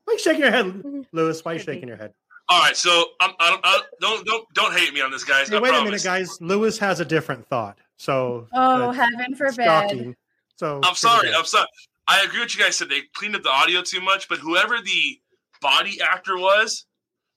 Why are you shaking your head, Lewis? Why are you shaking your head?
All right, so I'm, I don't, I don't don't don't hate me on this, <laughs> guys.
Hey,
I
wait a minute,
promise.
guys. Lewis has a different thought. So
Oh,
that's
heaven forbid.
shocking. So
I'm sorry. uh, I'm sorry. I agree with you guys said they cleaned up the audio too much, but whoever the body actor was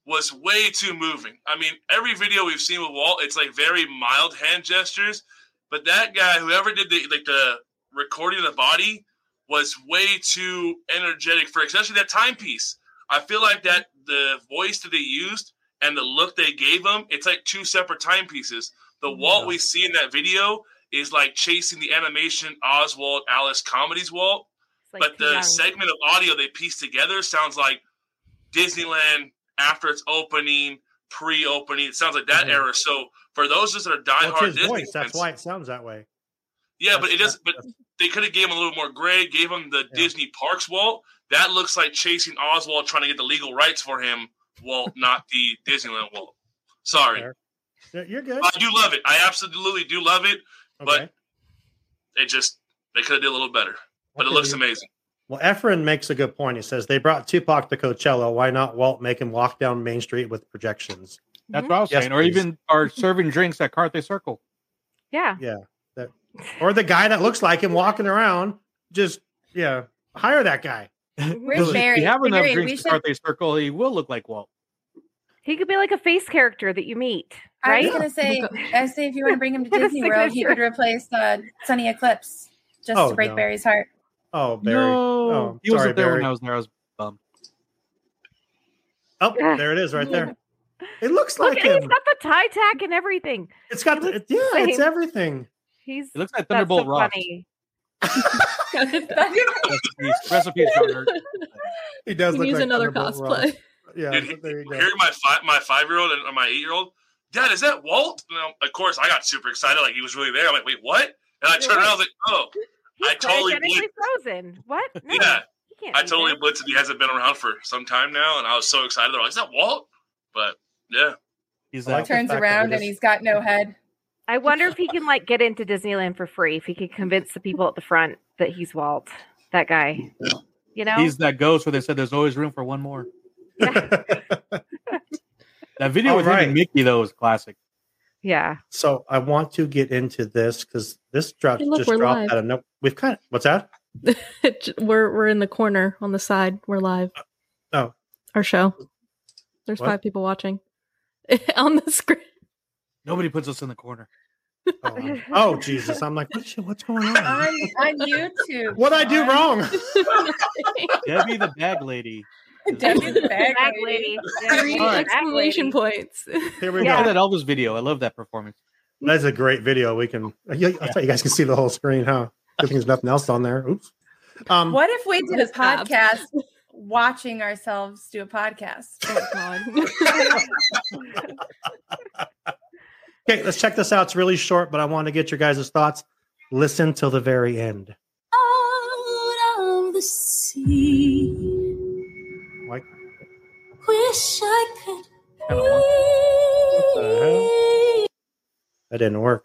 was way too moving. I mean, every video we've seen with Walt, it's like very mild hand gestures, but that guy, whoever did the like the recording of the body, was way too energetic for especially that timepiece. I feel like that the voice that they used and the look they gave him, it's like two separate timepieces. The Walt we see in that video is like chasing the animation Oswald Alice comedies Walt,
like
but
too
the
young.
segment of audio they pieced together sounds like Disneyland after its opening, pre-opening. It sounds like that
Mhm.
era. So for those that are
Well, it's
diehard
his
Disney
voice.
fans,
That's why it sounds that way.
yeah, but it doesn't. But they could have gave him a little more gray. Gave him the Disney Parks Walt. That looks like chasing Oswald, trying to get the legal rights for him.
<laughs>
Walt, not the Disneyland Walt. Sorry,
Yeah, You're good.
I do love it. I absolutely do love it. But it just they could have did a little better. But it
Okay.
looks amazing.
Well, Efren makes a good point. He says they brought Tupac to Coachella. Why not Walt make him walk down Main Street with projections?
That's what I was
Yes,
saying. Or
please.
even
<laughs>
are serving drinks at Carthay Circle.
Yeah.
Yeah. That, or the guy that looks like him walking around. Just yeah, hire that guy.
We're
Because
married.
If you have
We're
enough
married. We
drinks at
should
Carthay Circle, he will look like Walt.
He could be like a face character that you meet,
I
right?
was gonna <laughs> say, I say if you want to bring him <laughs> to
<laughs>
Disney World, he could
Signature.
replace uh, Sunny Eclipse just
Oh,
to break
no.
Barry's heart.
Oh, Barry.
No.
Oh,
He wasn't
sorry,
there when
Barry.
I was there. I was bummed.
Oh, there it is right there. It looks
Look,
like
at he's
him.
got the tie tack and everything.
It's got the, yeah, it's
same.
everything.
He's
It looks like
that's
Thunderbolt
so
Rock.
funny.
Recipes, recipes, Robert.
He does
He
look
needs
like
another
Thunderbolt Ross.
cosplay.
Yeah,
Dude,
there you go.
hearing my five, my five year old and my eight year old, Dad, is that Walt? And I'm- of course, I got super excited. Like he was really there. I'm like, wait, what? And I turned around. I was like, oh, I totally
Cryogenically
blitzed.
frozen. What? No,
Yeah,
he can't
I
do
totally
that.
blitzed. and He hasn't been around for some time now, and I was so excited. They're like, is that Walt? But yeah,
he's
I like the
Turns
fact that
around
it
and
is-
he's got no head.
I wonder if he can like get into Disneyland for free if he could convince the people at the front that he's Walt, that guy. You know,
He's that ghost where they said there's always room for one more. that video
All
with him and
right.
Mickey though was classic.
yeah.
So I want to get into this because this dropped
Hey, look,
just
we're
dropped
live.
out of no. We've kind of what's that?
we're we're in the corner on the side. We're live.
Oh,
Our show. There's
What?
five people watching <laughs> on the screen.
Nobody puts us in the corner.
oh, oh Jesus! I'm like, what's, what's going on?
On, on YouTube.
What I do
Sean.
wrong? <laughs>
Debbie the bag lady.
Debbie
<laughs>
the bag
Bag
lady.
lady.
Three
Yeah, bag
exclamation
lady.
points.
Here
<laughs>
we
I love
go.
that Elvis video. I love that performance.
That's a great video. We can. I, I thought you guys could see the whole screen, huh? Good thing there's nothing else on there. Oops. Um,
What if we did a
His abs.
podcast watching ourselves do a <laughs> podcast?
Oh, God.
Okay, let's check this out. It's really short, but I want to get your guys' thoughts. Listen till the very end.
Out of the sea.
Like,
Wish I could
Kinda long.
what the hell? That didn't work.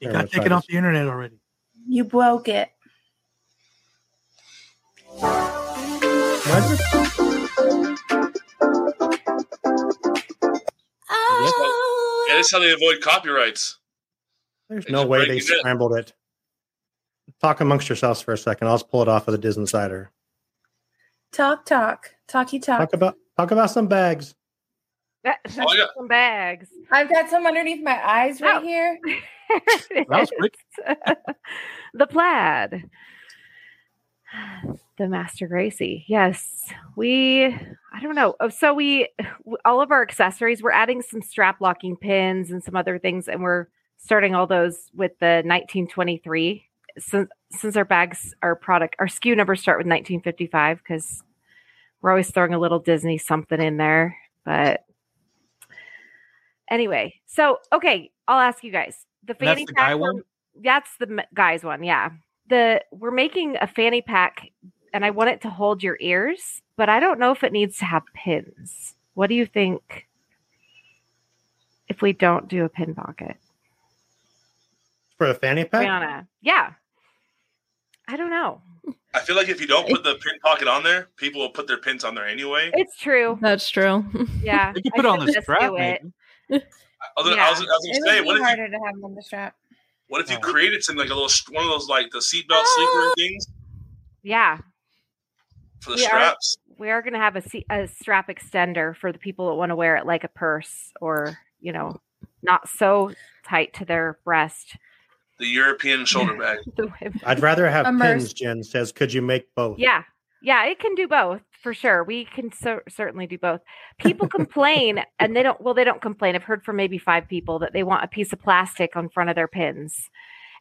It
Here,
got
let's try
taken off
this.
the internet already.
You broke it.
What?
yeah, that's how they avoid copyrights.
There's
They
no
just
way
break
they
it in.
scrambled it. Talk amongst yourselves for a second. I'll just pull it off of the Disney Insider.
Talk, talk, talky talk.
Talk about talk about some bags.
That,
Oh, yeah.
some bags.
I've got some underneath my eyes right
Oh.
<laughs> here.
was quick.
<laughs>
<laughs> the plaid. <sighs> The Master Gracie. Yes. We, I don't know. Oh, So, we, all of our accessories, we're adding some strap locking pins and some other things, and we're starting all those with the 1923. Since, since our bags, our product, our SKU numbers start with 1955 because we're always throwing a little Disney something in there. But anyway, so, okay, I'll ask you guys. The
And that's
fanny
the
pack
guy
we're-
one?
that's the m- guys one yeah the we're making a fanny pack and i want it to hold your ears but i don't know if it needs to have pins what do you think if we don't do a pin pocket
For the fanny pack?
brianna yeah i don't know
I feel like if you don't put the pin pocket on there, people will put their pins on there anyway.
it's true
That's true.
yeah
<laughs> They could
I
put it on
should
the
just
strap,
do it.
maybe.
Other, I was, I was
It
gonna say,
would
what
be
if you
harder to have them on the strap.
<laughs>
what if you
Oh.
created some like a little sh- one of those like the seatbelt
Ah!
sleeper things
yeah
for the
We are-
straps?
we are going to have a, se- a strap extender for the people that want to wear it like a purse or you know not so tight to their breast
The European
<laughs>
shoulder bag.
the women
I'd rather have pins,
Immersed.
Jen says. Could you make both?
Yeah. Yeah, it can do both for sure. We can cer- certainly do both.
<laughs>
People complain and they don't well they don't complain. I've heard from maybe 5 people that they want a piece of plastic on front of their pins.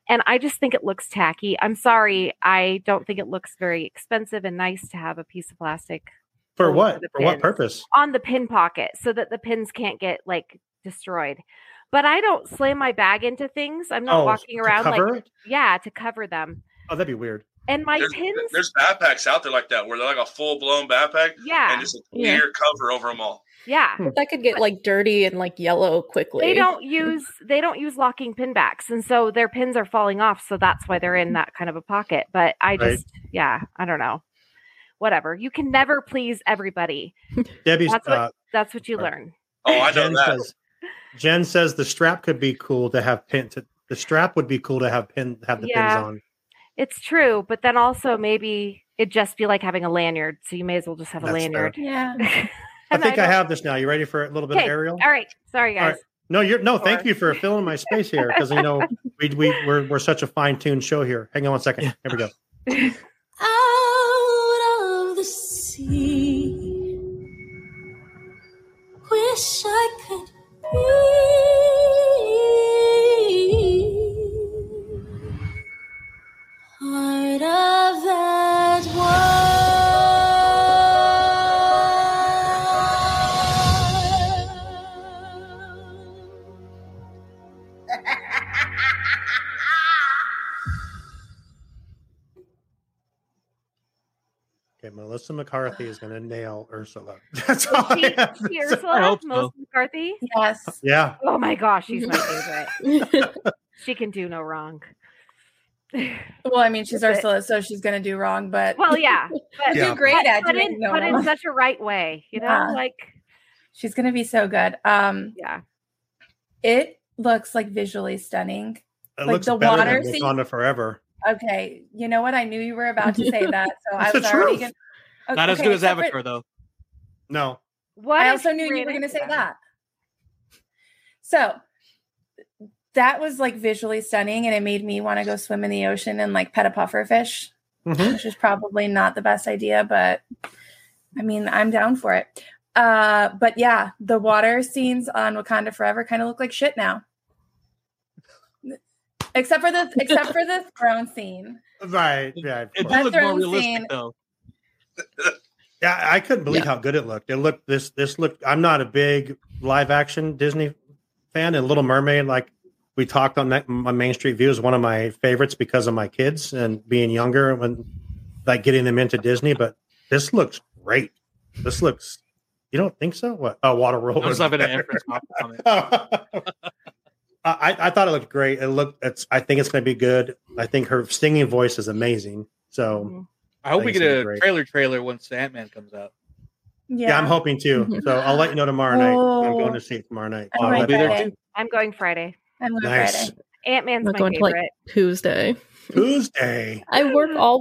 And I just think it looks tacky. I'm sorry. I don't think it looks very expensive and nice to have a piece of plastic
For
Oh,
what?
for the
For what
pins.
purpose?
on the pin pocket so that the pins can't get like destroyed. But I don't slam my bag into things. I'm not
Oh,
walking
to
around
cover
like
it?
yeah, to cover them.
Oh, that'd be weird.
And my
There's,
pins
there's backpacks out there like that where they're like a full blown backpack
yeah.
and just a
Yeah.
clear cover over them all.
Yeah.
that could get like dirty and like yellow quickly.
they don't use they don't use locking pin backs and so their pins are falling off so that's why they're in that kind of a pocket but i
Right.
just yeah i don't know whatever you can never please everybody
<laughs> Debbie's
That's what-
uh,
that's what you
Right.
learn
Oh, I know
Jen
that.
says Jen says the strap could be cool to have pin to, the strap would be cool to have pin have the
Yeah.
pins on.
it's true but then also maybe it'd just be like having a lanyard so you may as well just have a
That's fair.
<laughs> lanyard
Yeah.
I
And
think
I
I,
don't-
have this now. You ready for a little bit
Okay.
of aerial?
All right. Sorry,
All
guys.
right. <laughs> No, you're no. Thank you for filling my space here because you
<laughs>
know we we we're, we're such a fine tuned show here. Hang on one second. Here
<laughs>
we go.
Out of the sea. Wish I could be part of that world.
Okay, Melissa McCarthy is going to nail Ursula. <laughs> That's all. I
She,
have to
she
say.
Ursula, Melissa McCarthy.
Yes.
Yeah.
Oh my gosh, she's
<laughs>
my favorite.
<laughs>
she can do no wrong. <laughs>
Well, I mean, she's
But-
Ursula, so she's gonna do wrong. But <laughs>
Well, yeah, but
You do great
but,
at
but
doing
in,
no
but in
wrong.
such a right way, you know,
Yeah.
like
she's gonna be so good. Um,
yeah,
it looks like visually stunning.
It
like
looks
the
better
water
than
scene.
Wakanda Forever.
Okay, you know what? I knew you were about to
<laughs>
say that, so I
It's the
was already
truth.
gonna.
Not as
Okay,
good as
except for-
Avatar though.
No.
What
I
if
also
she
knew you
ran
were going to
into
say
them?
that. So that was like visually stunning, and it made me want to go swim in the ocean and like pet a puffer fish, which is probably not the best idea, but I mean, I'm down for it. Uh, but yeah, the water scenes on Wakanda Forever kind of look like shit now, except for the except for the throne scene.
Right. Yeah. of
It
course.
look more realistic, scene.
though.
Yeah, I couldn't believe how good it looked. It looked this this looked. I'm not a big live action Disney fan, and Little Mermaid, like we talked on that, my Main Street View, is one of my favorites because of my kids and being younger when like getting them into Disney. But this looks great. This looks. You don't think so? What? Oh, Water World.
I was having an inference comment.
I, I thought it looked great. It looked. It's. I think it's going to be good. I think her singing voice is amazing. So
I hope
think
we
it's
get
gonna be
a
great.
trailer trailer once Ant Man comes out.
Yeah. I'm hoping
Mm-hmm.
too. So I'll let you know tomorrow night. I'm
Oh.
going to see it tomorrow night.
I'm
Oh, I'll
going
let you know.
Friday. I'm going Friday.
I'm
going Nice. Friday.
Ant Man's
We're
my
going
favorite.
to like Tuesday.
Tuesday.
<laughs> I work all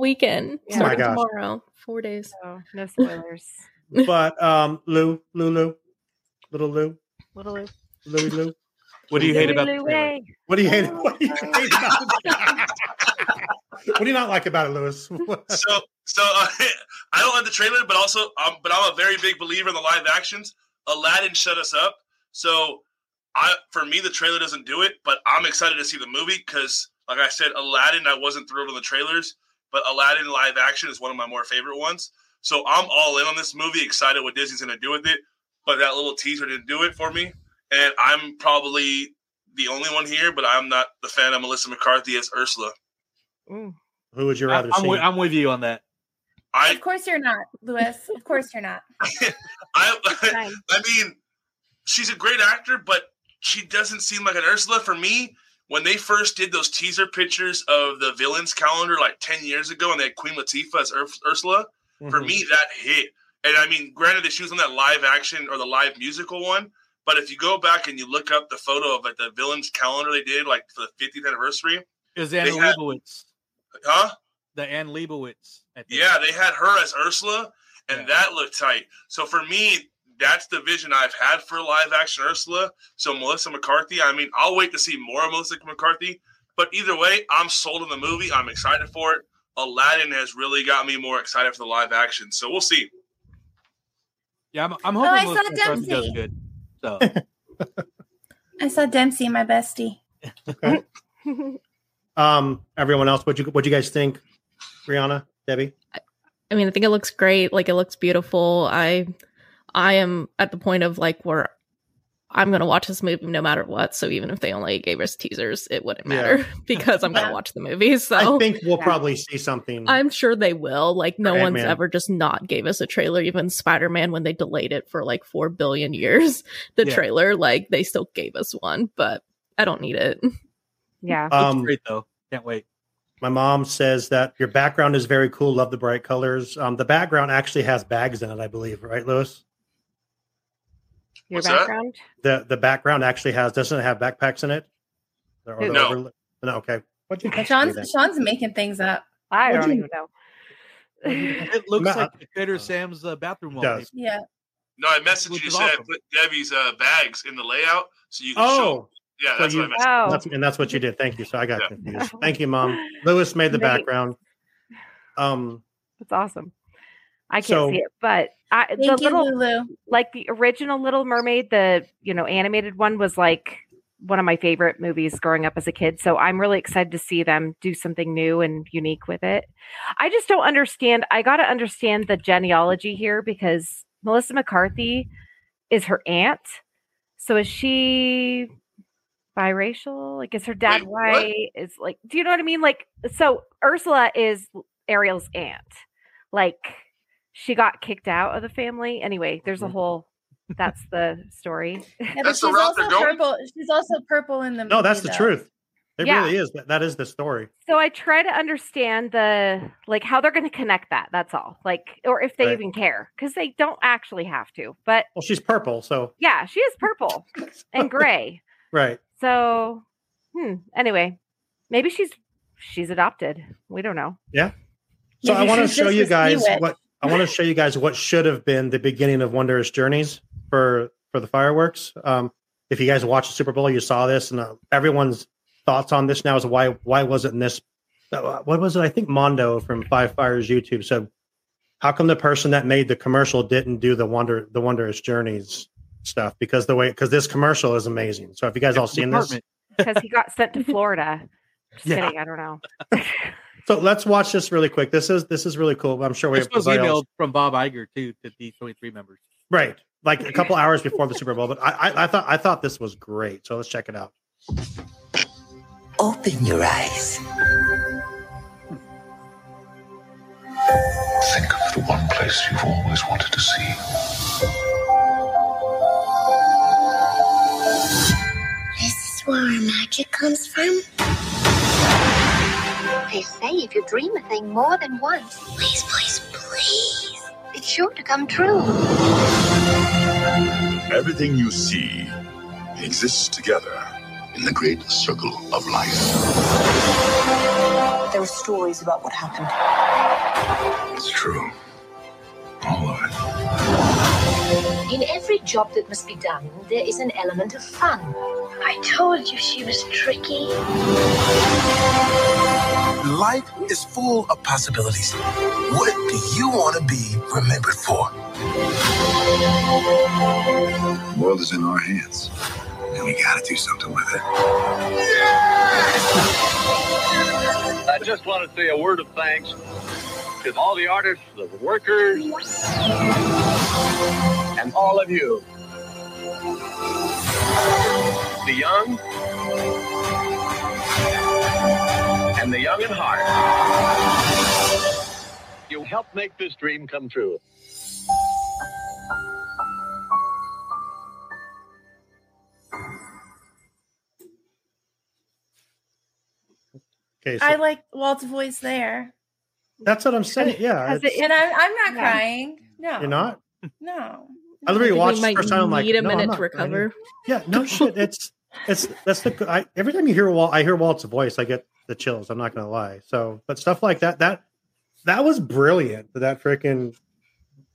Oh
weekend.
my
starting
gosh.
Tomorrow, four days.
Oh, no spoilers.
But um, Lou, Lou, Lou, little Lou,
Little Lou.
Louie Lou.
What do you hate about the
Lou
trailer?
Way.
What do you
Oh.
Oh.
hate? What do you, hate
<laughs>
about it? what do you not like about it, <laughs> Lewis?
so so <laughs> uh, I don't like the trailer, but also um, but I'm a very big believer in the live actions. Aladdin shut us up, so I for me the trailer doesn't do it. But I'm excited to see the movie because, like I said, Aladdin I wasn't thrilled on the trailers, but Aladdin live action is one of my more favorite ones. So I'm all in on this movie. Excited what Disney's going to do with it, but that little teaser didn't do it for me, and I'm probably the only one here. But I'm not the fan of Melissa McCarthy as Ursula.
Who would you
rather I'm
see?
With, I'm with you on that.
I
Of course you're not, Lewis. Of course you're not.
<laughs> I, I mean, she's a great actor, but she doesn't seem like an Ursula for me. When they first did those teaser pictures of the villains calendar like ten years ago, and they had Queen Latifah as Ur- Ursula, for
Mm-hmm.
Mhm.
me that hit. And I mean, granted that she was on that live action or the live musical one, but if you go back and you look up the photo of like the villains calendar they did like for the 50th anniversary,
It was Anna
They had-
Leibowitz,
huh?
the Anne Leibowitz. I think.
Yeah, they had her as Ursula, and that looked tight. So for me, that's the vision I've had for live action Ursula. So Melissa McCarthy, I mean, I'll wait to see more of Melissa McCarthy. But either way, I'm sold on the movie. I'm excited for it. Aladdin has really got me more excited for the live action. So we'll see.
yeah. I'm, I'm
Oh, I
hoping
saw
Melissa McCarthy does
Dempsey.
good. So
I saw Dempsey, my bestie.
<laughs>
<laughs>
um, everyone else, what you what you guys think? Brianna, Debbie.
<laughs> I mean, I think it looks great. Like it looks beautiful. I I am at the point of like where I'm gonna watch this movie no matter what. So even if they only gave us teasers, it wouldn't
Yeah.
matter <laughs> because I'm gonna watch the movie. So
I think we'll probably see something.
I'm sure they will. Like no
Or
one's
Ant-Man.
ever just not gave us a trailer. Even Spider Man, when they delayed it for like four billion years, <laughs> the
Yeah.
trailer, like they still gave us one, but I don't need it. <laughs>
Yeah.
Um,
great though. Can't wait.
My mom says that your background is very cool. Love the bright colors. Um, the background actually has bags in it, I believe. Right, Lewis?
Your
What's that?
background?
The the background actually has doesn't it have backpacks in it? Or the
No.
overla- no. Okay. What you
Sean's
that.
Sean's making things up.
I
What'd don't you-
even know.
It looks
Ma-
like Trader Sam's uh, bathroom wall.
Does.
Yeah.
No, I messaged you. Said I put Debbie's uh, bags in the layout so you can show.
Oh,
Yeah,
so
that's
you-
what
Oh.
I messaged.
that's- and that's what you did. Thank you. So I got
Yeah.
confused. Thank you,
<laughs>
mom. Lewis made the
Right.
background. Um,
That's awesome. I can't
So-
see it, but I, the
Thank you,
little like the original Little Mermaid, the you know animated one was like one of my favorite movies growing up as a kid. So I'm really excited to see them do something new and unique with it. I just don't understand. I got to understand the genealogy here because Melissa McCarthy is her aunt. So is she biracial? Like, is her dad
Wait, what?
white? Is like, do you know what I mean? Like, so Ursula is Ariel's aunt. Like, she got kicked out of the family. Anyway, there's
Mm-hmm.
a whole. That's the story.
<laughs>
<laughs>
Yeah, but she's also purple. She's also purple in the
no, that's
movie,
the
though.
truth. It
Yeah.
really is. That, that is the story.
So I try to understand the like how they're going to connect that. That's all. Like, or if they
Right.
even care, because they don't actually have to. But
Well, she's purple, so
yeah, she is purple
<laughs>
and gray.
right.
So, hmm. Anyway, maybe she's she's adopted. We don't know.
Yeah. So I
Maybe
want to
she's
show
just
you
a
guys
Sea Witch.
what I want to show you guys what should have been the beginning of Wondrous Journeys for for the fireworks. Um, if you guys watched the Super Bowl, you saw this, and uh, everyone's thoughts on this now is why why wasn't this? uh, What was it? I think Mondo from Five Fires YouTube said, "How come the person that made the commercial didn't do the wonder the Wondrous Journeys stuff? Because the way because this commercial is amazing. So if you guys all seen this,
<laughs> Because he got
<laughs>
sent to Florida. Just
Yeah.
kidding. I don't know.
so let's watch this really quick. This is this is really cool. I'm sure we
This was
everybody else-
emailed from Bob Iger too to D23 members.
Right. Like a
<laughs>
couple hours before the Super Bowl, but I, I, I thought I thought this was great. So let's check it out.
Open your eyes.
Think of the one place you've always wanted to see.
This is where our magic comes from. They say if you dream a thing more than once, please, please, please, it's sure to come true.
Everything you see exists together in the great circle of life.
There were stories about what happened.
It's true. All of it.
In every job that must be done, there is an element of fun. I told you she was tricky.
Life is full of possibilities. What do you want to be remembered for?
The world is in our hands, and we gotta do something with it.
I just want to say a word of thanks to all the artists, the workers, and all of you. The young and the young in heart. You helped make this dream come true.
Okay, so
I like Walt's voice there,
that's what I'm saying. Yeah, it's-
and I'm I'm not
Yeah.
crying. No,
you're not.
No,
I literally
think we
watched the
might
first time. I'm like,
need a
no, I'm
minute
not <laughs>
to recover.
Yeah, no shit. It's it's that's the I, every time you hear Walt, I hear Walt's voice, I get the chills. I'm not gonna lie. So, but stuff like that, that that was brilliant. That freaking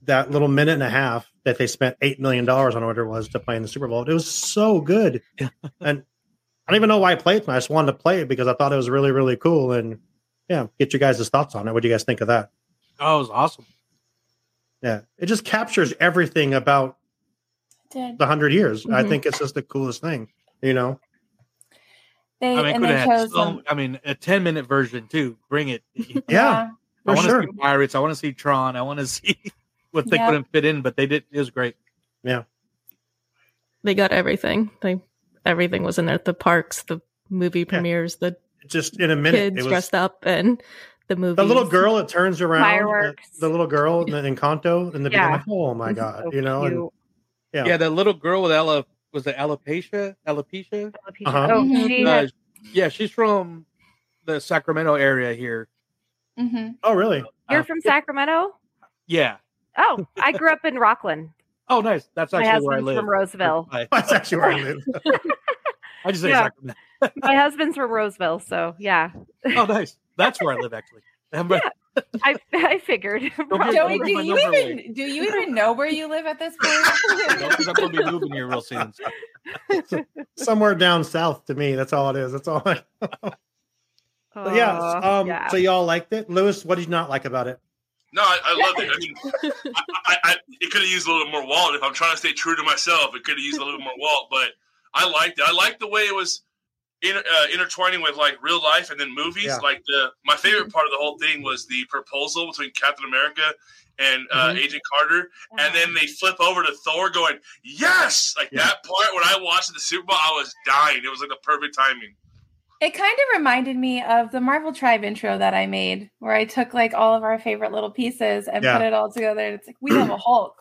that little minute and a half that they spent eight million dollars on whatever it was to play in the Super Bowl. It was so good, <laughs> and I don't even know why I played it. I just wanted to play it because I thought it was really really cool. And yeah, get your guys' thoughts on it. What do you guys think of that?
Oh, it was awesome.
Yeah, it just captures everything about
did
the hundred years. I
Mhm.
think it's just the coolest thing. You know,
they
I mean,
and
could
they
have had
chose
so-
them.
I mean, a 10 minute version too. Bring
<laughs>
it. Yeah.
for
I want to
sure.
see Pirates. I want to see Tron. I want to <laughs> see what they
Yeah.
couldn't fit in, but they did. It was great.
Yeah.
They got everything. They everything was in there. The parks, the movie premieres, the
just in a minute,
kids
it was-
dressed up, and the movie.
the little girl that turns around,
Fireworks.
The, the little girl in, in Encanto in the
Yeah.
beginning. Oh my god, you know, and yeah,
Yeah. that little girl with Ella was it alopecia? Alopecia?
Uh-huh. Oh, Mhm. she
Uh,
had-
yeah, she's from the Sacramento area here.
Mm-hmm.
Oh, really?
You're from Sacramento?
Yeah.
Oh, I grew up in Rockland.
Oh, nice. That's
My
actually where I
husband's
live.
from Roseville.
<laughs> That's actually where I live.
I just say
Yeah.
Sacramento.
My husband's from Roseville, so yeah.
<laughs>
Oh, nice. That's where I live actually. I'm right- <laughs>
I I figured.
Joey, do you even do you even know where you live at this
<laughs>
point?
Because I'm going to be moving here real soon. so-
somewhere down south to me. That's all it is. That's all. I know. But yeah,
Aw,
um,
yeah.
So y'all liked it, Lewis? What did you not like about it?
No, I, I love it. I mean, I, I, I, it could have used a little more Walt. If I'm trying to stay true to myself, it could have used a little more Walt. But I liked it. I liked the way it was inter, uh, intertwining with like real life and then movies.
Yeah.
Like the my favorite part of the whole thing was the proposal between Captain America and uh,
Mhm.
Agent Carter, and then they flip over to Thor going yes. Like that part when I watched the Super Bowl, I was dying. It was like the perfect timing.
It kind of reminded me of the Marvel Tribe intro that I made, where I took like all of our favorite little pieces and
Yeah.
put it all together. And it's like we
<clears throat>
have a Hulk.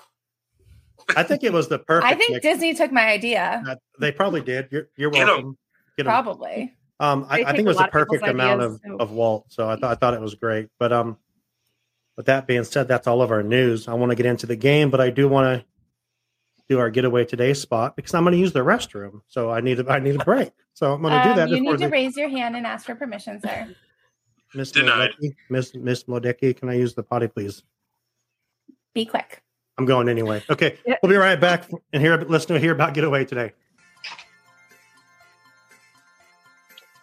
I think it was the perfect.
I think
mix.
Disney took my idea,
Uh, they probably did. You're, you're
Get 'em.
welcome. Get 'em.
probably.
Um, I,
They
I
take
think it
a
was the
lot of people's
perfect amount
ideas,
of,
so-
of Walt. So I thought I thought it was great. But um, with that being said, that's all of our news. I want to get into the game, but I do want to do our getaway today spot because I'm going to use the restroom. So I need a, I need a break. So I'm going to do
Um,
that
you
before
need to
the
raise your hand and ask for permission,
<laughs>
sir.
Miss Mlodecki, Miss Miss Mlodecki, can I use the potty, please?
Be quick.
I'm going anyway. Okay, we'll be right back and hear let's hear about getaway today.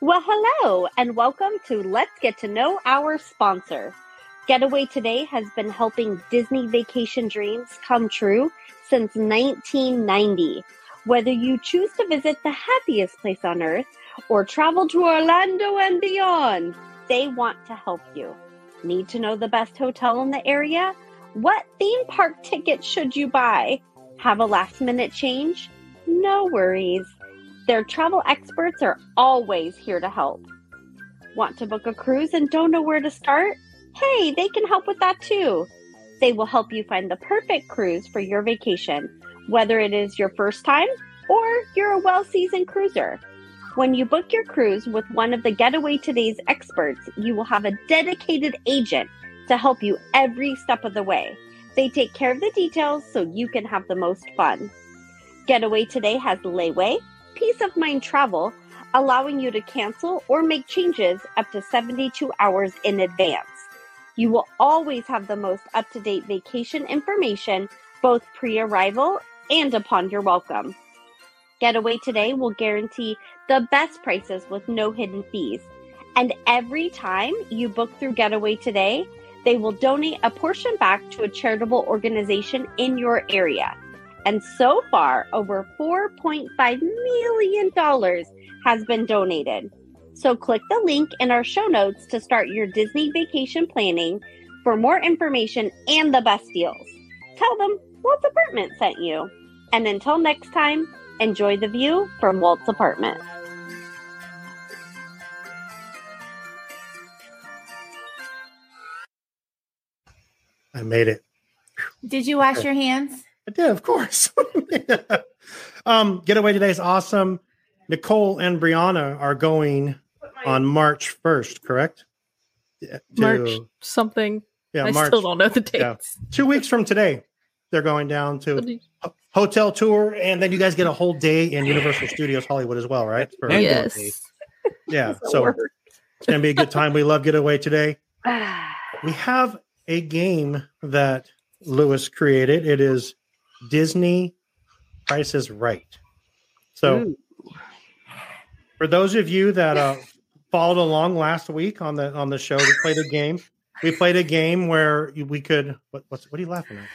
Well, hello, and welcome to Let's Get to Know Our Sponsor. Getaway Today has been helping Disney vacation dreams come true since 1990. Whether you choose to visit the happiest place on earth or travel to Orlando and beyond, they want to help you. Need to know the best hotel in the area? What theme park ticket should you buy? Have a last minute change? No worries. Their travel experts are always here to help. Want to book a cruise and don't know where to start? Hey, they can help with that too. They will help you find the perfect cruise for your vacation, whether it is your first time or you're a well seasoned cruiser. When you book your cruise with one of the Getaway Today's experts, you will have a dedicated agent to help you every step of the way. They take care of the details so you can have the most fun. Getaway Today has layaway, peace of mind travel, allowing you to cancel or make changes up to 72 hours in advance. You will always have the most up to date vacation information, both pre arrival and upon your welcome. Getaway Today will guarantee the best prices with no hidden fees. And every time you book through Getaway Today, they will donate a portion back to a charitable organization in your area. And so far, over $4.5 million has been donated. So click the link in our show notes to start your Disney vacation planning for more information and the best deals. Tell them Walt's Apartment sent you. And until next time, enjoy the view from Walt's Apartment.
I made it.
Did you wash your hands?
I did, of course. <laughs> Um, getaway today is awesome. Nicole and Brianna are going on March 1st, correct? Yeah, to-
March something.
Yeah,
I
March.
still don't know the dates.
yeah. Two weeks from today, they're going down to a hotel tour, and then you guys get a whole day in Universal Studios Hollywood as well, right? For-
Yes.
Yeah.
the
so
word.
it's gonna be a good time. We love getaway today. We have a game that Lewis created. It is Disney Price is Right. So, for those of you that uh, followed along last week on the on the show, we played a game. We played a game where you- we could. What, what's what are you laughing at?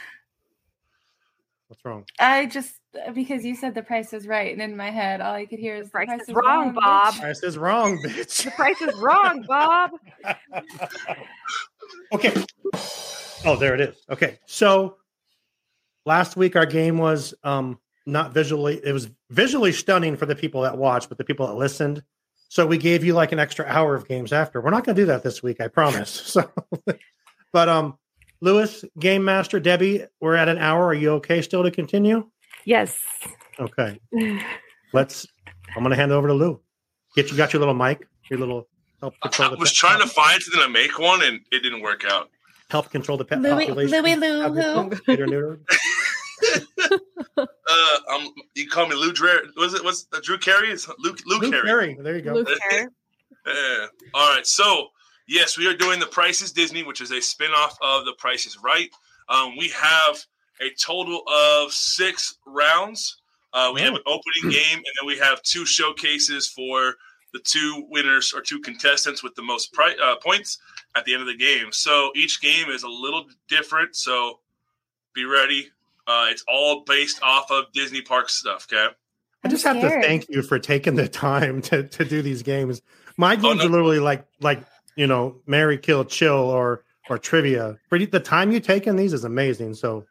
What's wrong?
I just because you said the price is right, and in my head, all I could hear is the price,
is wrong, Bob."
bitch."
Price is wrong, bitch.
The price is
<laughs>
wrong, Bob.
Okay. Oh, there it is. Okay. So last week our game was um not visually it was visually stunning for the people that watched, but the people that listened. So we gave you like an extra hour of games after. We're not gonna do that this week, I promise. So <laughs> but um Lewis, Game Master, Debbie, we're at an hour. Are you okay still to continue?
Yes.
Okay.
<sighs>
<laughs>
<laughs>
Let's I'm gonna hand over to Lou. Get you got your little mic, your little help control
I
the
was trying to find something to make one, and it didn't work out.
help control the pet
Louis,
population.
Louis, Lou, who?
Computer neuter.
Uh, um, you call me Lou Dreher. Was it? Was uh, Drew Carey? It's Luke. Luke,
Luke
Carey. <laughs>
Perry. There you go.
yeah. All right. So Yes, we are doing The Price is Disney, which is a spinoff of The Price is Right. Um, we have a total of six rounds. Uh, we have an opening game, and then we have two showcases for the two winners or two contestants with the most pri- uh, points at the end of the game. So each game is a little different. So be ready. Uh, it's all based off of Disney Park stuff. Okay.
I just have to thank you for taking the time to, to do these games.
Oh,
My games are literally like like you know, Mary Kill Chill or or trivia. Pretty the time you take in these is amazing. So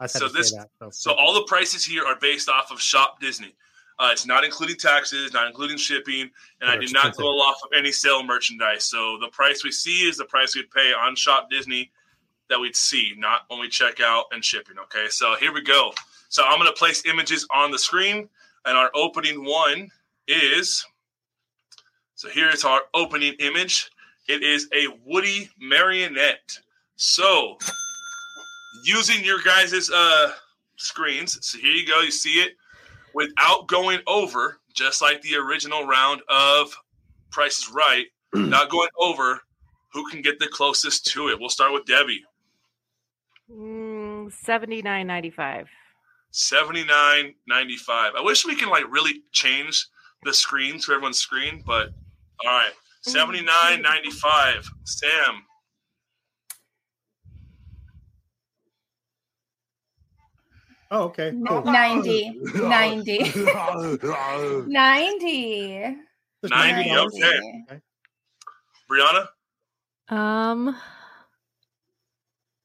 I said
so this
that.
so. all the prices here are based off of shop disney uh, it's not including taxes not including shipping and i
They're
do not
expensive.
go off of any sale merchandise so the price we see is the price we'd pay on shop disney that we'd see not when we check out and shipping okay so here we go so i'm going to place images on the screen and our opening one is so here is our opening image it is a woody marionette so using your guys' uh, screens. So here you go. You see it without going over, just like the original round of Price is Right. not going over. Who can get the closest to it? We'll start with Debbie.
Mm, Seventy nine ninety five.
Seventy-nine ninety-five. I wish we can like really change the screen to everyone's screen, but all right. Seventy-nine ninety-five. Sam.
Oh, okay. cool.
<laughs>
90. 90. 90.
90. Okay. Brianna?
Um,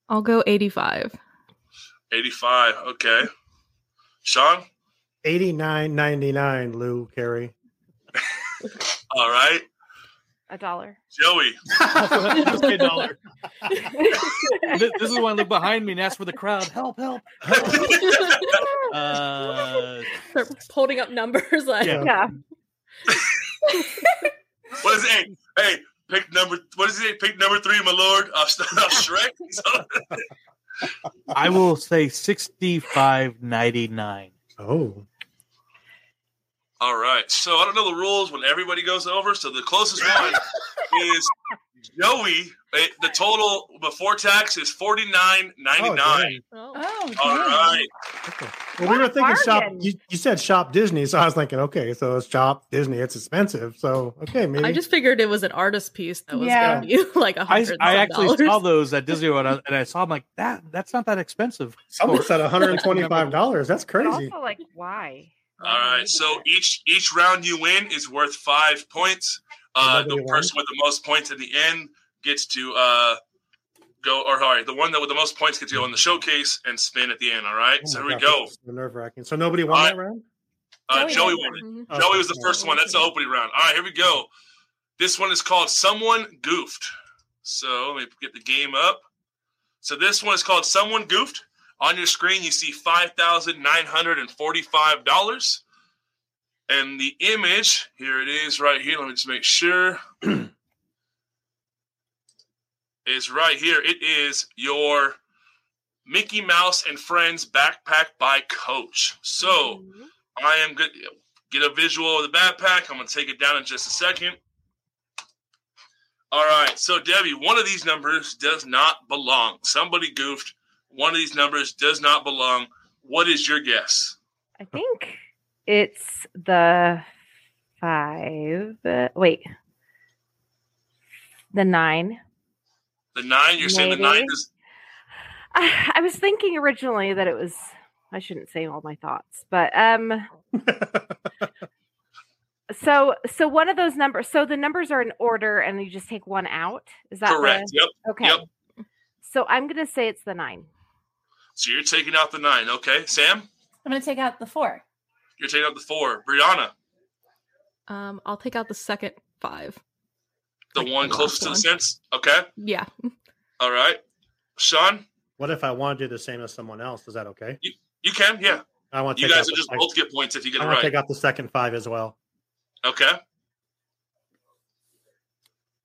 I'll go 85.
85. Okay. Sean?
89.99 Lou Carey.
All right.
A dollar. <laughs>
Joey.
dollar. this, this is one look behind me and ask for the crowd. Help, help.
<laughs>
Uh,
They're holding up numbers <laughs> like
Yeah.
What is it? Hey, hey, pick number. What is it? Pick number three, my lord. <laughs> Of of Shrek.
I will say sixty-five ninety-nine.
Oh,
All right. So I don't know the rules when everybody goes over. So the closest one is Joey. Eh, The total before tax is forty nine ninety nine.
Oh,
All right.
Well, we were thinking shop. You, you said shop Disney, so I was thinking, okay, so it's shop Disney. It's expensive, so okay, maybe.
I just figured it was an artist piece that was
Yeah.
going to be <laughs> like a
I,
hundred.
I actually
dollars.
saw those at Disney World, and I- and I saw them like that. That's not that expensive.
Someone said one hundred and twenty-five dollars. That's crazy.
Also, like why?
All right. So each each round you win is worth five points. Uh, the
Nobody won?
person with the most points at the end gets to uh, go, or sorry, the one that with the most points gets to go in the showcase and spin at the end. All right. so
Oh
here
my
we
gosh,
go.
this is Nerve-wracking. So nobody won that round.
Uh,
Joey
Joey
won.
won it.
Mhm.
Joey
Okay,
was the
yeah.
first one. That's the opening round. All right, here we go. This one is called Someone Goofed. So let me get the game up. So this one is called Someone Goofed. On your screen, you see $5,945. And the image, here it is right here. Let me just make sure. <clears throat> is right here. It is your Mickey Mouse and Friends backpack by Coach. So. I am good. Get a visual of the backpack. I'm going to take it down in just a second. All right. So, Debbie, one of these numbers does not belong. Somebody goofed. One of these numbers does not belong. What is your guess?
I think it's the five. uh, wait, the nine.
The nine? You're saying the nine
Maybe.
is.
I, I was thinking originally that it was. I shouldn't say all my thoughts,
<laughs>
but um. so so one of those numbers. So the numbers are in order, and you just take one out. Is that
Correct.
the-
Yep.
Okay.
Yep.
So I'm gonna say it's the nine.
So, you're taking out the nine. Okay. Sam,
I'm going to take out the four.
you're taking out the four. Brianna,
Um, I'll take out the second five.
the one closest to the cents. Okay.
Yeah. <laughs>
All right. Sean,
What if I want to do the same as someone else? Is that okay?
you can. Yeah.
I want to
You
take out
guys
the
will just
second-
both get points if you get
I
it
want to
right.
take out the second five as well.
Okay.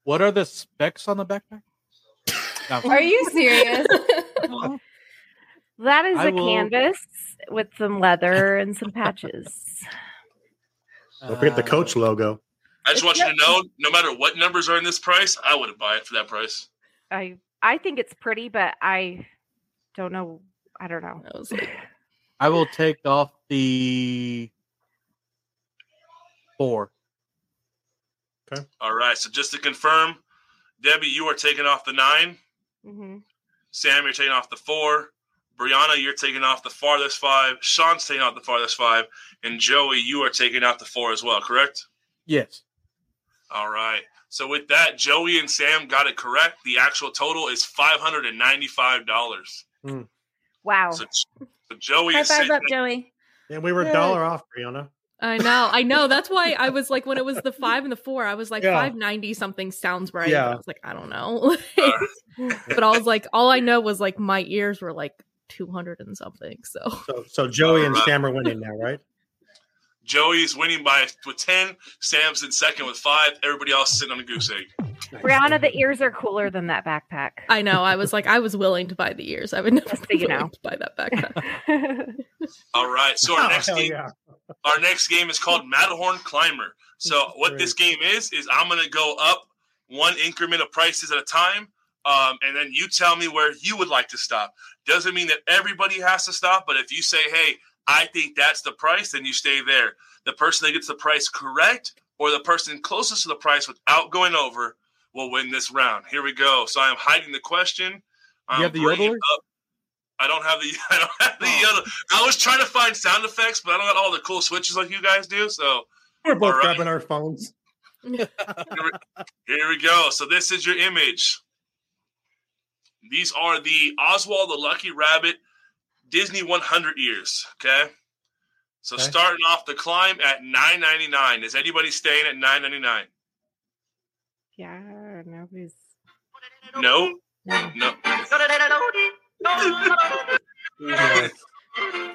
What are the specs on the backpack? No.
Are you serious? that is
I
a
will-
canvas with some leather and some patches.
uh,
Don't forget the coach logo.
I just want you to know, no matter what numbers are in this price, I wouldn't buy it for that price.
I I think it's pretty, but I don't know. I don't know.
I will take off the four.
All right. So just to confirm, Debbie, you are taking off the nine.
Mm-hmm.
Sam, you're taking off the four. Brianna, you're taking off the farthest five. Sean's taking off the farthest five. And Joey, you are taking out the four as well, correct?
Yes. <laughs>
All right. So with that, Joey and Sam got it correct. The actual total is five hundred and ninety-five dollars.
Wow.
So, so Joey
High
is
five
sitting
up, Joey.
And we were a
Yay.
dollar off, Brianna.
I know, I know. That's why
<laughs>
I was like, when it was the five and the four, I was like,
Yeah.
five ninety something sounds right.
Yeah.
But I was like, I don't know. <laughs> but I was like, all I know was like my ears were like two hundred and something. So
So, so Joey and Sam are winning now, right?
Joey's winning by with ten. Sam's in second with five. Everybody else sitting on a goose egg.
<laughs> Brianna, the ears are cooler than that backpack.
I know. I was like, I was willing to buy the ears. I would never be willing to buy that backpack.
All right. So
Oh,
our next game, our next game is called Matterhorn Climber. So what this game is is I'm gonna go up one increment of prices at a time, um, and then you tell me where you would like to stop. Doesn't mean that everybody has to stop, but if you say, "Hey, I think that's the price," then you stay there. The person that gets the price correct, or the person closest to the price without going over, will win this round. Here we go. So I am hiding the question. I'm
have the
bringing
yodeler?
up- I don't have the. <laughs> I don't have the
Oh.
yodel. I was trying to find sound effects, but I don't got all the cool switches like you guys do. So
<laughs> We're both
All right.
grabbing our phones.
here we go. So this is your image. These are the Oswald the Lucky Rabbit Disney 100 years. Okay. So starting off the climb at 9.99. Is anybody staying at 9.99?
<sighs> yeah, nobody's.
No. No.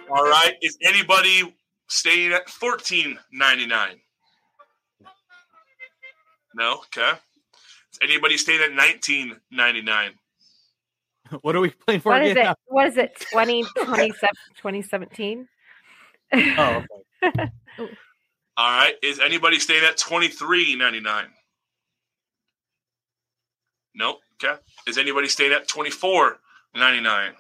All right. Is anybody staying at fourteen ninety nine? No. Okay. Is anybody staying at nineteen ninety nine?
What are we playing for
What is
again?
it? What
<laughs>
is it? 20, 27, 2017?
Oh, okay.
All right. Is anybody staying at twenty three ninety nine? No. Okay. Is anybody staying at twenty four ninety nine?